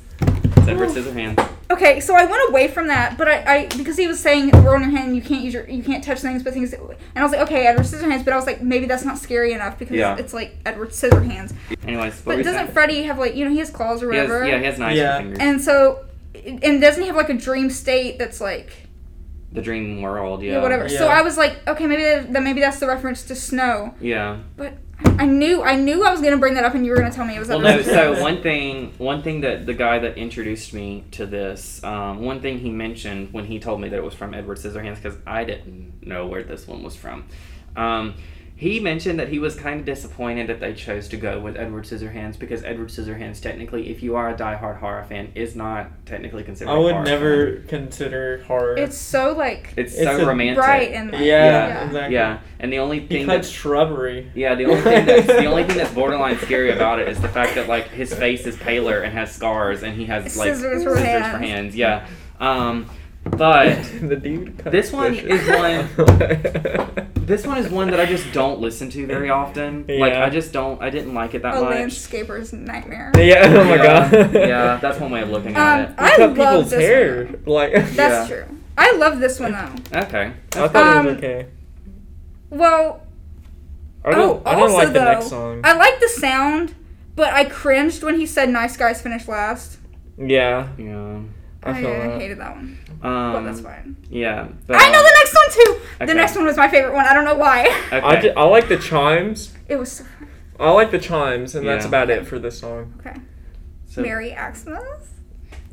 S2: It's Edward Scissorhands.
S1: Okay, so I went away from that, but I, I because he was saying the world in your hand, you can't use your, you can't touch things, but things. And I was like, okay, Edward Scissorhands, but I was like, maybe that's not scary enough because
S2: Yeah.
S1: it's like Edward Scissorhands.
S2: Anyways, what were
S1: But
S2: you
S1: doesn't
S2: saying?
S1: Freddy have like you know he has claws or
S2: He has-
S1: whatever?
S2: yeah, he has nice
S4: Yeah.
S2: fingers.
S1: And so, and doesn't he have like a dream state that's like
S2: the dream world.
S1: yeah,
S2: Yeah.
S1: whatever? So
S4: Yeah.
S1: I was like, okay, maybe that, that maybe that's the reference to snow.
S2: Yeah.
S1: But I knew I knew I was gonna bring that up, and you were gonna tell me it was.
S2: Well,
S1: up
S2: no.
S1: there.
S2: So one thing, one thing that the guy that introduced me to this, um, one thing he mentioned when he told me that it was from Edward Scissorhands, because I didn't know where this one was from. Um, he mentioned that he was kind of disappointed that they chose to go with Edward Scissorhands because Edward Scissorhands, technically, if you are a diehard horror fan, is not technically considered.
S4: I
S2: a
S4: would
S2: horror
S4: never consider horror.
S1: it's so like
S2: Film. It's,
S4: It's
S2: so
S4: a-
S2: romantic.
S1: bright and
S4: yeah,
S1: like,
S2: Yeah.
S4: exactly.
S2: Yeah, and the only
S4: He
S2: thing
S4: cuts
S2: that's
S4: shrubbery.
S2: yeah, the only thing that's the only thing that's borderline scary about it is the fact that like his face is paler and has scars and he has like
S1: Scissors for hands.
S2: Yeah, um, but
S4: the dude. Cuts
S2: This one
S4: bushes.
S2: is this one is one that I just don't listen to very often. Like
S4: Yeah.
S2: I just don't. I didn't like it that
S1: a
S2: much.
S1: landscaper's nightmare.
S3: Yeah. Oh my
S2: Yeah,
S3: god.
S2: yeah, that's one way of looking at
S1: Um,
S2: it.
S3: You
S1: I
S3: cut
S1: love
S3: people's
S1: this
S3: hair.
S1: one.
S3: Like.
S1: That's true. I love this one though.
S2: Okay.
S3: I thought it
S1: Um,
S3: was okay.
S1: Well,
S3: I don't,
S1: oh,
S3: I don't
S1: also
S3: like the
S1: though,
S3: next song.
S1: I like the sound, but I cringed when he said "Nice guys finish last."
S3: yeah.
S2: Yeah.
S3: I
S1: Oh, I,
S3: feel that.
S1: hated that one, but
S2: Um,
S1: that's fine.
S2: yeah. But,
S1: I know the next one too.
S2: okay.
S1: The next one was my favorite one. I don't know why.
S2: Okay.
S3: I, ju- I like the chimes.
S1: It was so
S3: I like the chimes, and that's
S2: Yeah.
S3: about it for this song.
S1: okay.
S2: so,
S1: Merry Xmas.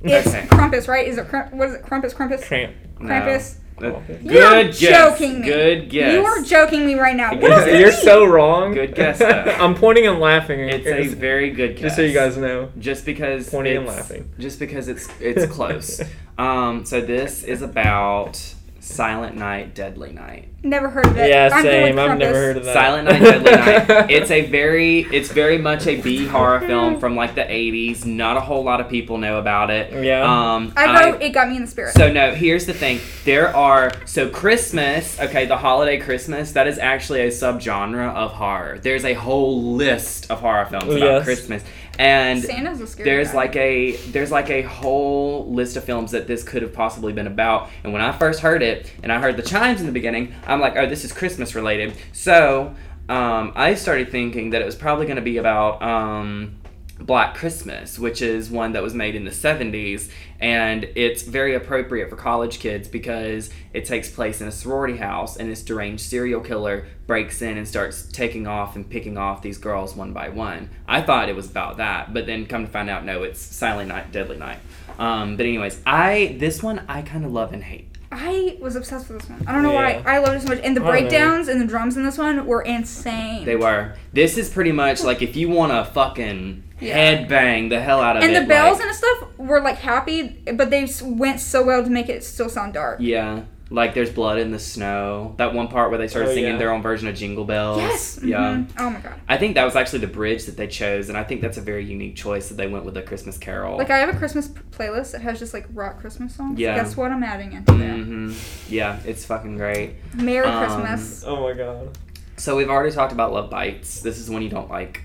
S1: It's
S2: Okay.
S1: Krampus, right? Is it Kramp- what is it? Krampus, Krampus,
S3: Cramp.
S2: no.
S1: Krampus.
S2: Uh,
S3: You're
S2: Good guess.
S1: joking me.
S2: Good guess.
S1: You are joking me right now. What
S2: Yes,
S1: does it
S3: You're
S1: mean?
S3: so wrong.
S2: Good guess, though.
S3: I'm pointing and laughing.
S2: It's a very good guess.
S3: just so you guys know.
S2: Just because
S3: Pointing and
S2: it's-
S3: laughing.
S2: Just because it's it's close. um, so this is about Silent Night, Deadly Night.
S1: Never heard of it.
S3: yeah,
S1: I'm going with
S3: same. I've never
S1: Krampus.
S3: heard of that.
S2: Silent Night, Deadly Night. It's a very it's very much a B horror film from like the '80s. Not a whole lot of people know about it.
S3: Yeah.
S2: Um,
S1: I wrote it got me in the spirit.
S2: So no, here's the thing. There are so Christmas, okay, the holiday Christmas, that is actually a subgenre of horror. There's a whole list of horror films about
S3: Yes.
S2: Christmas. And
S1: Santa's a scary.
S2: there's
S1: guy.
S2: like a there's like a whole list of films that this could have possibly been about. And when I first heard it and I heard the chimes in the beginning, I'm like, oh, this is Christmas related. So um, I started thinking that it was probably going to be about um, Black Christmas, which is one that was made in the 70s, and it's very appropriate for college kids because it takes place in a sorority house, and this deranged serial killer breaks in and starts taking off and picking off these girls one by one. I thought it was about that, but then come to find out, no, it's Silent Night, Deadly Night. Um, but anyways, I this one I kind of love and hate.
S1: I was obsessed with this one. I don't know
S3: Yeah.
S1: why. I loved it so much. And the
S3: I don't know.
S1: breakdowns and the drums in this one were insane.
S2: They were this is pretty much like if you want to fucking
S1: Yeah.
S2: headbang the hell out of
S1: And
S2: it,
S1: the
S2: like-
S1: bells and stuff were like happy, but they s- went so well to make it still sound dark.
S2: Yeah. Like there's blood in the snow. That one part where they started
S4: Oh,
S2: singing
S4: yeah. mm-hmm.
S2: their own version of Jingle Bells.
S1: Yes.
S2: Yeah.
S1: mhm. Oh my god.
S2: I think that was actually the bridge that they chose, and I think that's a very unique choice that they went with a Christmas Carol.
S1: Like I have a Christmas p- playlist that has just like rock Christmas songs.
S2: Yeah.
S1: Guess what I'm adding in? there.
S2: hmm Yeah, it's fucking great.
S1: Merry
S2: Um,
S1: Christmas.
S4: Oh my god.
S2: So we've already talked about Love Bites. This is one you don't like.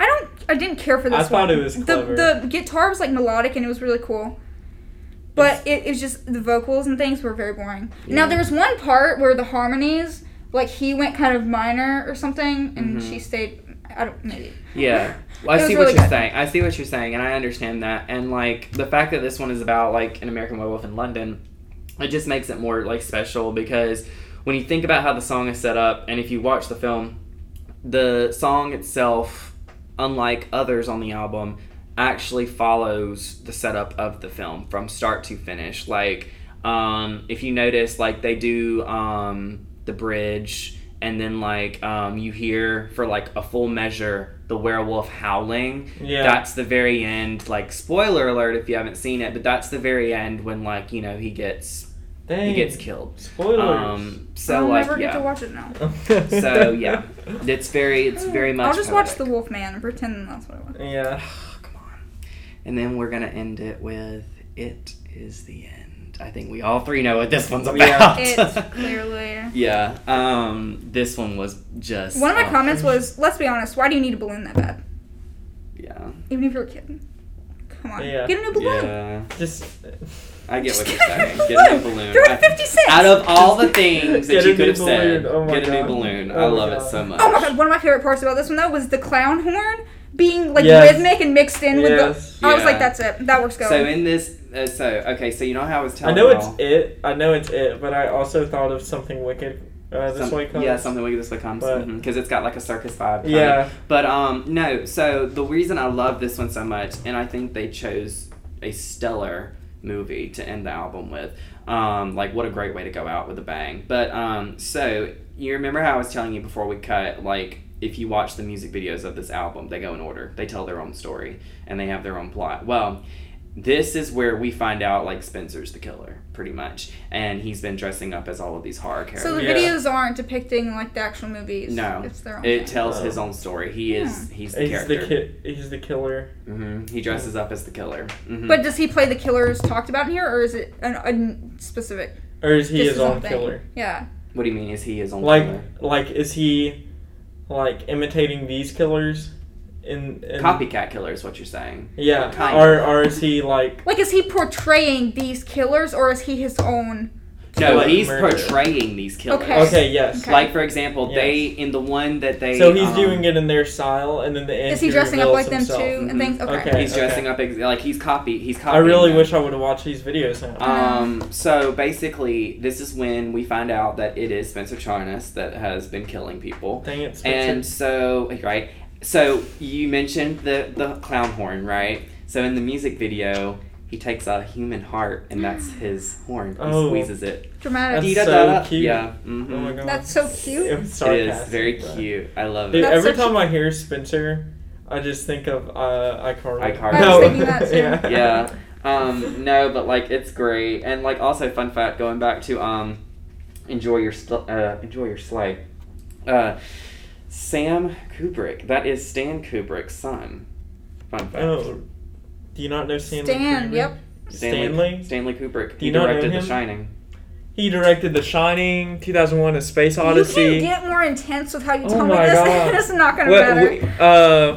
S1: I don't. I didn't care for this
S4: I thought
S1: one.
S4: it was clever.
S1: the the guitar was like melodic and it was really cool, but it, it was just the vocals and things were very boring.
S2: Yeah.
S1: Now there was one part where the harmonies, like he went kind of minor or something, and
S2: Mhm.
S1: she stayed. I don't maybe.
S2: Yeah. Well,
S1: It was
S2: I see
S1: really
S2: what you're
S1: good.
S2: saying. I see what you're saying, and I understand that. And like the fact that this one is about like an American werewolf in London, it just makes it more like special because when you think about how the song is set up, and if you watch the film, the song itself, unlike others on the album, actually follows the setup of the film from start to finish. Like, um, if you notice, like they do um, the bridge, and then like um, you hear for like a full measure the werewolf howling.
S4: Yeah.
S2: That's the very end. Like, spoiler alert if you haven't seen it, but that's the very end when like you know he gets
S4: Dang.
S2: he gets killed.
S4: Spoilers.
S2: Um, so
S1: I'll
S2: like
S1: never
S2: yeah.
S1: get to watch it now.
S2: Um, So yeah, it's very it's very much.
S1: I'll just watch The
S2: poetic.
S1: Wolf Man and pretend that's what I want.
S4: yeah.
S2: Come on. And then we're gonna end it with "It is the end." I think we all three know what this one's
S4: Yeah.
S2: about.
S1: It's clearly.
S2: yeah. Um. This one was just
S1: One of my
S2: oh,
S1: comments was, let's be honest, why do you need a balloon that bad?
S2: Yeah.
S1: Even if you're a kid. Come on.
S4: Yeah.
S1: Get a new balloon.
S2: Yeah.
S4: Just
S2: I get what
S1: Just
S2: you're
S1: get a
S2: saying.
S1: new
S2: Get a new
S1: balloon.
S2: balloon.
S1: They're
S2: I-
S1: at 50 cents.
S2: Out of all the things that
S4: Get
S2: you
S4: a
S2: could
S4: new
S2: have said,
S4: balloon. Oh my
S2: get a new
S4: God.
S2: balloon. I
S4: Oh my
S2: love
S4: God.
S2: it so much.
S1: Oh my god, one of my favorite parts about this one though was the clown horn being like
S4: Yes.
S1: rhythmic and mixed in
S4: Yes.
S1: with the I was
S2: Yeah.
S1: like, that's it. That works going.
S2: So in this, uh, so okay, so you know how I was
S4: I
S2: telling
S4: know
S2: y'all-
S4: it's it. I know it's it, but I also thought of something wicked uh, this
S2: Some-
S4: way comes.
S2: Yeah, something like this way comes.
S4: But-
S2: Because it's got like a circus vibe. kinda.
S4: Yeah.
S2: But um, no. So the reason I love this one so much, and I think they chose a stellar movie to end the album with. Um, like what a great way to go out with a bang. But um, so you remember how I was telling you before we cut, like. If you watch the music videos of this album, they go in order. They tell their own story and they have their own plot. Well, this is where we find out like Spencer's the killer, pretty much, and he's been dressing up as all of these horror characters.
S1: so the
S4: Yeah.
S1: videos aren't depicting like the actual movies.
S2: No,
S1: It's their own.
S2: It
S1: thing.
S2: tells his own story. He is Oh. he's the
S4: He's
S2: character.
S4: the ki- he's the killer.
S2: hmm He dresses up as the killer. hmm
S1: But does he play the killers talked about in here or is it an, an specific
S4: Or is he
S1: just
S4: his own
S1: thing?
S4: killer?
S1: Yeah.
S2: what do you mean? Is he his own
S4: Like
S2: killer?
S4: like is he like imitating these killers in, in
S2: Copycat killer is what you're saying.
S4: Yeah.
S2: Kind
S4: or or is he like
S1: Like is he portraying these killers or is he his own
S2: No,
S4: Like
S2: he's
S4: murder.
S2: portraying these killers.
S1: Okay.
S4: okay, yes.
S1: Okay.
S2: Like for example,
S4: Yes.
S2: they in the one that they.
S4: So he's
S2: um,
S4: doing it in their style and then the end.
S1: Is he dressing up
S4: reveals
S1: like them
S4: himself. Mm-hmm.
S1: too and things? Okay.
S4: Okay.
S2: He's dressing up ex- like he's copy. He's
S4: I
S2: copying.
S4: really
S2: them.
S4: wish I would have watched these videos now.
S1: Uh-huh.
S2: Um, so basically, this is when we find out that it is Spencer Charnas that has been killing people.
S4: Dang it, Spencer.
S2: And so, right. So you mentioned the the clown horn, right? So in the music video, he takes a human heart, and that's his horn. He
S4: Oh.
S2: squeezes it.
S1: dramatic
S4: That's so
S2: Dee-da-da-da.
S4: cute.
S2: Yeah.
S4: oh my
S2: mhm.
S4: god.
S1: That's so cute.
S4: It was
S2: It is
S4: sarcastic,
S2: very
S4: but-
S2: cute. I love
S4: Dude,
S2: it.
S1: That's
S4: every
S1: such
S4: time I hear Spencer, I just think of uh, iCarly.
S2: iCarly. I was
S1: thinking that too.
S2: Yeah. Um, no, but like it's great, and like also fun fact going back to um, enjoy your Sl- uh, enjoy your sleigh. Uh, Sam Kubrick. That is Stan Kubrick's son. Fun fact.
S4: Oh, do you not know Stanley?
S1: Stan,
S4: Kubrick?
S1: yep.
S2: Stanley
S4: Stanley?
S2: Stanley Kubrick.
S4: Do
S2: He
S4: you not know
S2: directed The
S4: him?
S2: Shining.
S4: He directed The Shining, 2001: A Space
S1: You
S4: Odyssey.
S1: can get more intense with how you
S4: Oh
S1: tell me
S4: my
S1: this.
S4: God.
S1: it's not gonna
S3: What,
S1: matter.
S3: wh- uh,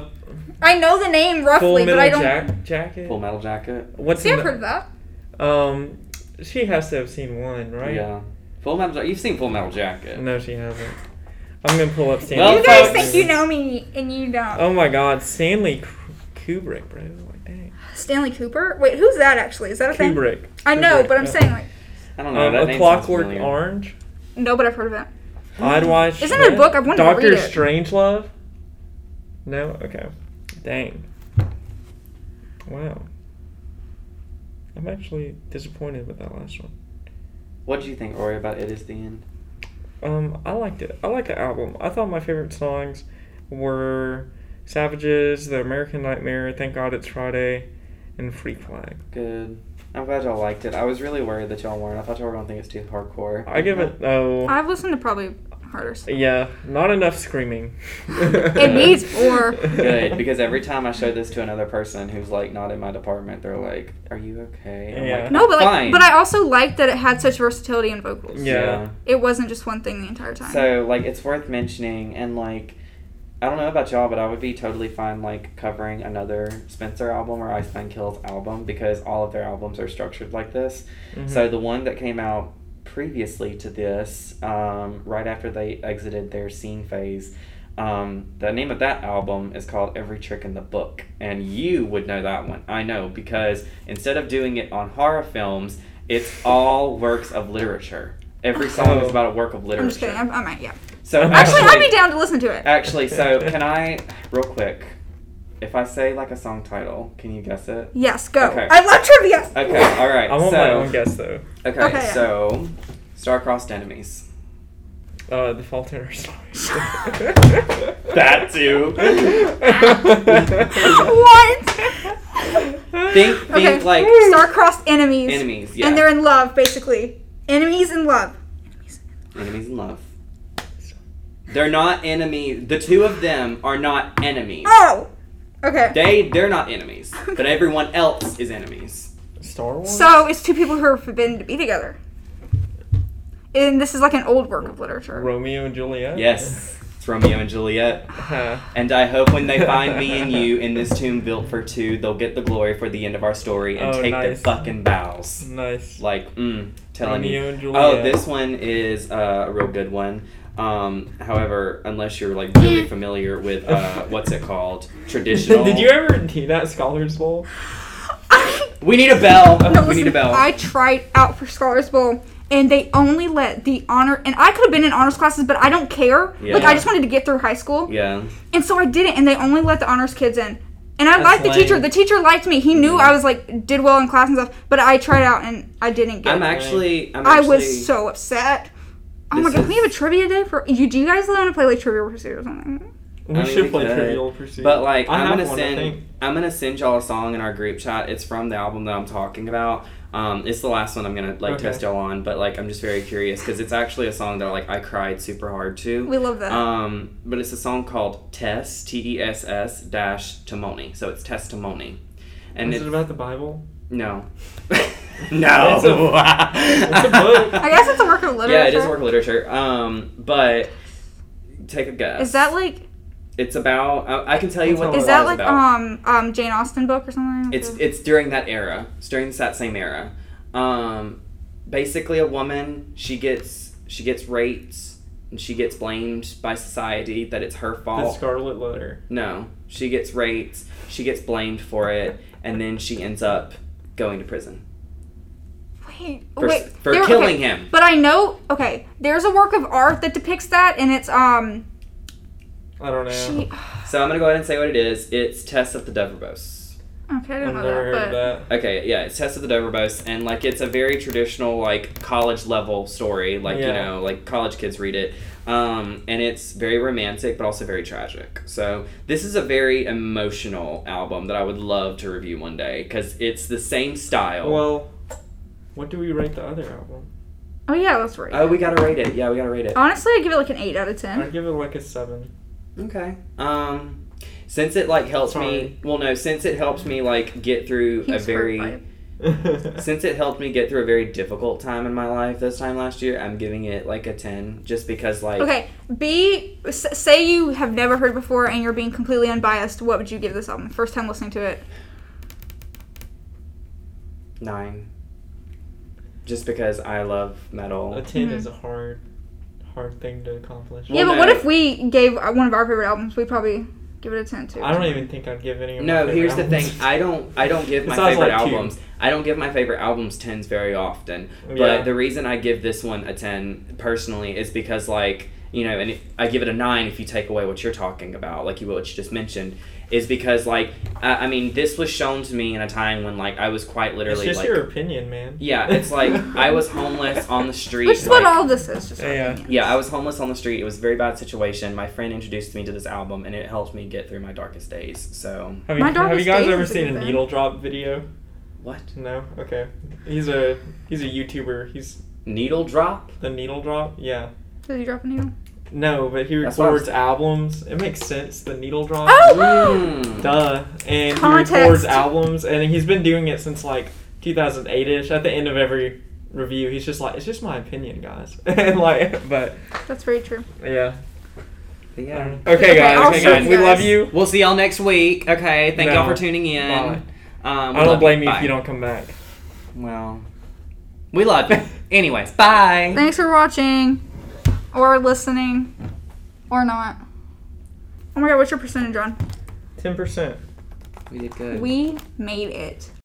S1: I know the name
S3: Full
S1: roughly,
S3: Metal
S1: but I don't.
S3: Jack- Jacket.
S2: Full Metal Jacket.
S3: What's
S1: See, I've
S3: the-
S1: heard of that.
S3: Um, she has to have seen one, right? Mm.
S2: Yeah. Full Metal Jacket. You've seen Full Metal Jacket.
S3: No, she hasn't. I'm gonna pull up Stanley.
S2: Well,
S1: you guys
S2: folks-
S1: think you know me and you don't.
S3: Oh my God, Stanley Ku- Kubrick, bro. Like, dang.
S1: Stanley Cooper? Wait, who's that actually? Is that a thing?
S3: Kubrick.
S1: I know,
S3: Kubrick,
S1: but I'm
S3: yeah.
S1: saying like
S2: I don't know.
S3: Um,
S2: Oh, that
S3: a
S2: name sounds
S3: Clockwork
S2: familiar.
S3: Orange.
S1: no, but I've heard of it. Hmm.
S3: I'd watch.
S1: Isn't it a book? I wanted to
S3: Doctor
S1: read it.
S3: Strangelove. No. Okay. Dang. Wow. I'm actually disappointed with that last one.
S2: What did you think, Rory, about It Is the End?
S3: Um, I liked it. I like the album. I thought my favorite songs were "Savages," "The American Nightmare," "Thank God It's Friday," and "Freak Flag."
S2: Good. I'm glad y'all liked it. I was really worried that y'all weren't. I thought y'all were gonna think it's too hardcore.
S3: I give
S1: Mm-hmm.
S3: it oh
S1: I've listened to probably harder stuff.
S3: yeah, not enough screaming.
S1: It needs more.
S2: Good, because every time I show this to another person who's like not in my department, they're like, "Are you okay?" I'm
S3: Yeah.
S2: like,
S1: No, but like,
S2: Fine.
S1: but I also liked that it had such versatility in vocals.
S3: Yeah.
S1: It wasn't just one thing the entire time.
S2: So like it's worth mentioning and like I don't know about y'all, but I would be totally fine like covering another Spencer album or Iceman Kills album because all of their albums are structured like this.
S3: Mm-hmm.
S2: So the one that came out previously to this, um, right after they exited their scene phase, Um, the name of that album is called Every Trick in the Book, and you would know that one. I know because instead of doing it on horror films, it's all works of literature. Every song is about a work of
S1: I'm just
S2: literature.
S1: kidding. I'm, I might, yeah.
S2: so
S1: Actually, I'd be down to listen to it.
S2: Actually, so can I, real quick, if I say like a song title, can you guess it?
S1: Yes, go.
S2: Okay.
S1: I love trivia.
S2: Okay, all right.
S3: I want
S2: so,
S3: my own guess though.
S2: Okay,
S1: Okay.
S2: so star-crossed enemies.
S3: Uh, the Fault in Our Stars.
S2: That too.
S1: what?
S2: Think, think
S1: Okay.
S2: like
S1: Star-crossed enemies.
S2: enemies. Yeah.
S1: And they're in love, basically. Enemies in love.
S2: enemies in love. They're not enemies. The two of them are not enemies.
S1: Oh. Okay.
S2: They they're not enemies, but everyone else is enemies.
S4: Star Wars.
S1: So it's two people who are forbidden to be together. And this is like an old work of literature.
S3: Romeo and Juliet.
S2: Yes, it's Romeo and Juliet.
S3: Huh.
S2: And I hope when they find me and you in this tomb built for two, they'll get the glory for the end of our story and
S3: Oh,
S2: take their
S3: nice.
S2: fucking bows.
S3: nice.
S2: Like, mm, telling you.
S3: Romeo and Juliet.
S2: Oh, this one is uh, a real good one. Um, however, unless you're like really familiar with uh, what's it called, traditional.
S3: Did you ever do that Scholars Bowl?
S1: I,
S2: We need a bell.
S1: no,
S2: we need a
S1: listen,
S2: bell.
S1: I tried out for Scholars Bowl and they only let the honor and I could have been in honors classes, but I don't care. Like
S2: Yeah.
S1: I just wanted to get through high school.
S2: yeah.
S1: And so I did it and they only let the honors kids in. And I
S3: That's
S1: liked the teacher.
S3: lame.
S1: The teacher liked me. He knew I was like did well in class and stuff, but I tried out and I didn't get
S2: I'm
S1: it.
S2: actually. I'm
S1: I
S2: actually,
S1: was so upset. Oh my
S2: This
S1: god, can we
S2: is-
S1: have a trivia day for you? Do you guys want to play like trivia pursuit or something?
S4: we
S2: I mean,
S4: should play
S2: we could.
S4: Trivial Pursuit.
S2: But like,
S4: I
S2: I'm
S4: have
S2: gonna
S4: one, I think.
S2: send. I'm gonna send y'all a song in our group chat. It's from the album that I'm talking about. Um, it's the last one I'm gonna like
S4: Okay.
S2: test y'all on. But like, I'm just very curious because it's actually a song that like I cried super hard to.
S1: We love that.
S2: Um, but it's a song called Tess T E S S dash Timony. So it's testimony, and
S4: Is
S2: it-
S4: it about the Bible?
S2: no, no,
S4: It's a- it's a book.
S1: I guess it's a work of literature.
S2: Yeah, it is work literature. Um, but take a guess.
S1: Is that like
S2: It's about. I, I can tell you what.
S4: That's
S2: the
S1: is
S4: what
S1: that
S2: law's
S1: like
S2: about.
S1: um um Jane Austen book or something?
S2: It's it's during that era. It's during that same era. Um, basically, a woman she gets she gets raped and she gets blamed by society that it's her
S4: The
S2: fault.
S4: Scarlet Letter.
S2: no, she gets raped. She gets blamed for it, and then she ends up going to prison
S1: wait,
S2: for,
S1: wait,
S2: for
S1: there- okay,
S2: killing him.
S1: But I know okay, there's a work of art that depicts that, and it's um
S4: I don't know.
S1: she
S2: So I'm gonna go ahead and say what it is. It's Tess of the Deverbos.
S1: okay I
S4: I've
S1: don't
S4: never
S1: know that,
S4: heard
S1: but
S4: of that.
S2: Okay, yeah, it's Tess of the Doverboss, and like it's a very traditional like college level story, like you
S4: Yeah.
S2: know, like college kids read it, um, and it's very romantic but also very tragic. So this is a very emotional album that I would love to review one day because it's the same style.
S4: Well, what do we rate the other album?
S1: oh yeah, that's right.
S2: oh, we gotta rate it. Yeah, we gotta rate it.
S1: Honestly, I give it like an eight out of ten.
S4: I'd give it like a seven.
S2: Okay. Um, since it like helps me,
S4: Sorry.
S2: well, no, since it helps me like get through a
S1: He's hurt
S2: very.
S1: by it.
S2: Since it helped me get through a very difficult time in my life this time last year, I'm giving it like a 10 just because like
S1: Okay, be s- say you have never heard before and you're being completely unbiased. What would you give this album? First time listening to it.
S2: 9 just because I love metal.
S4: a 10
S1: Mhm.
S4: is a hard, hard thing to accomplish.
S1: yeah,
S2: Well,
S1: but what
S2: no.
S1: if we gave uh, one of our favorite albums? We'd probably give it a ten too.
S4: I don't even think I'd give any. Of my
S2: No,
S4: favorite
S2: here's the
S4: albums.
S2: thing. I don't I don't give
S4: It
S2: my
S4: sounds
S2: favorite
S4: like cute.
S2: albums. I don't give my favorite albums 10s very often.
S4: Yeah.
S2: But the reason I give this one a 10 personally is because like you know, and if, I give it a nine if you take away what you're talking about, like you what you just mentioned, is because like I, I mean, this was shown to me in a time when like I was quite
S4: It's
S2: literally
S4: just
S2: like
S4: your opinion, man.
S2: Yeah, it's like I was homeless on the street.
S1: Which is what
S2: like-
S1: all this is. Just
S3: Yeah.
S1: yeah.
S2: yeah, I was homeless on the street. It was a very bad situation. My friend introduced me to this album, and it helped me get through my darkest days. So
S3: Have you,
S1: My
S3: have you
S1: Darkest
S3: guys
S1: Days
S3: ever
S1: is a
S3: seen
S1: good
S3: a
S1: band.
S3: needle?
S4: Needle drop video?
S2: what
S4: No. Okay. He's a he's a YouTuber. He's
S2: needle drop?
S4: the needle drop. Yeah.
S1: Did you drop a needle?
S4: No, but he
S2: That's what I was-
S4: records albums. It makes sense. The needle drop.
S1: Oh.
S2: Mm.
S4: Duh. And he records
S1: Context.
S4: albums, and he's been doing it since like 2008 ish. At the end of every review, he's just like, it's just my opinion, guys. and like,
S3: But
S1: That's very true.
S3: yeah.
S2: Yeah.
S3: Okay,
S1: Okay, I'll
S3: guys. Okay,
S2: show
S3: guys.
S2: you
S3: We
S1: guys.
S3: love you.
S2: We'll see y'all next week. Okay, thank y'all
S3: No.
S2: for tuning in.
S3: Bye.
S2: Um, we
S3: I
S2: love
S3: don't blame you
S2: Bye.
S3: if you don't come back.
S2: Well, we love you. Anyways, bye.
S1: Thanks for watching, or listening, or not. Oh my god, what's your percentage on?
S3: Ten percent.
S2: We did good.
S1: We made it.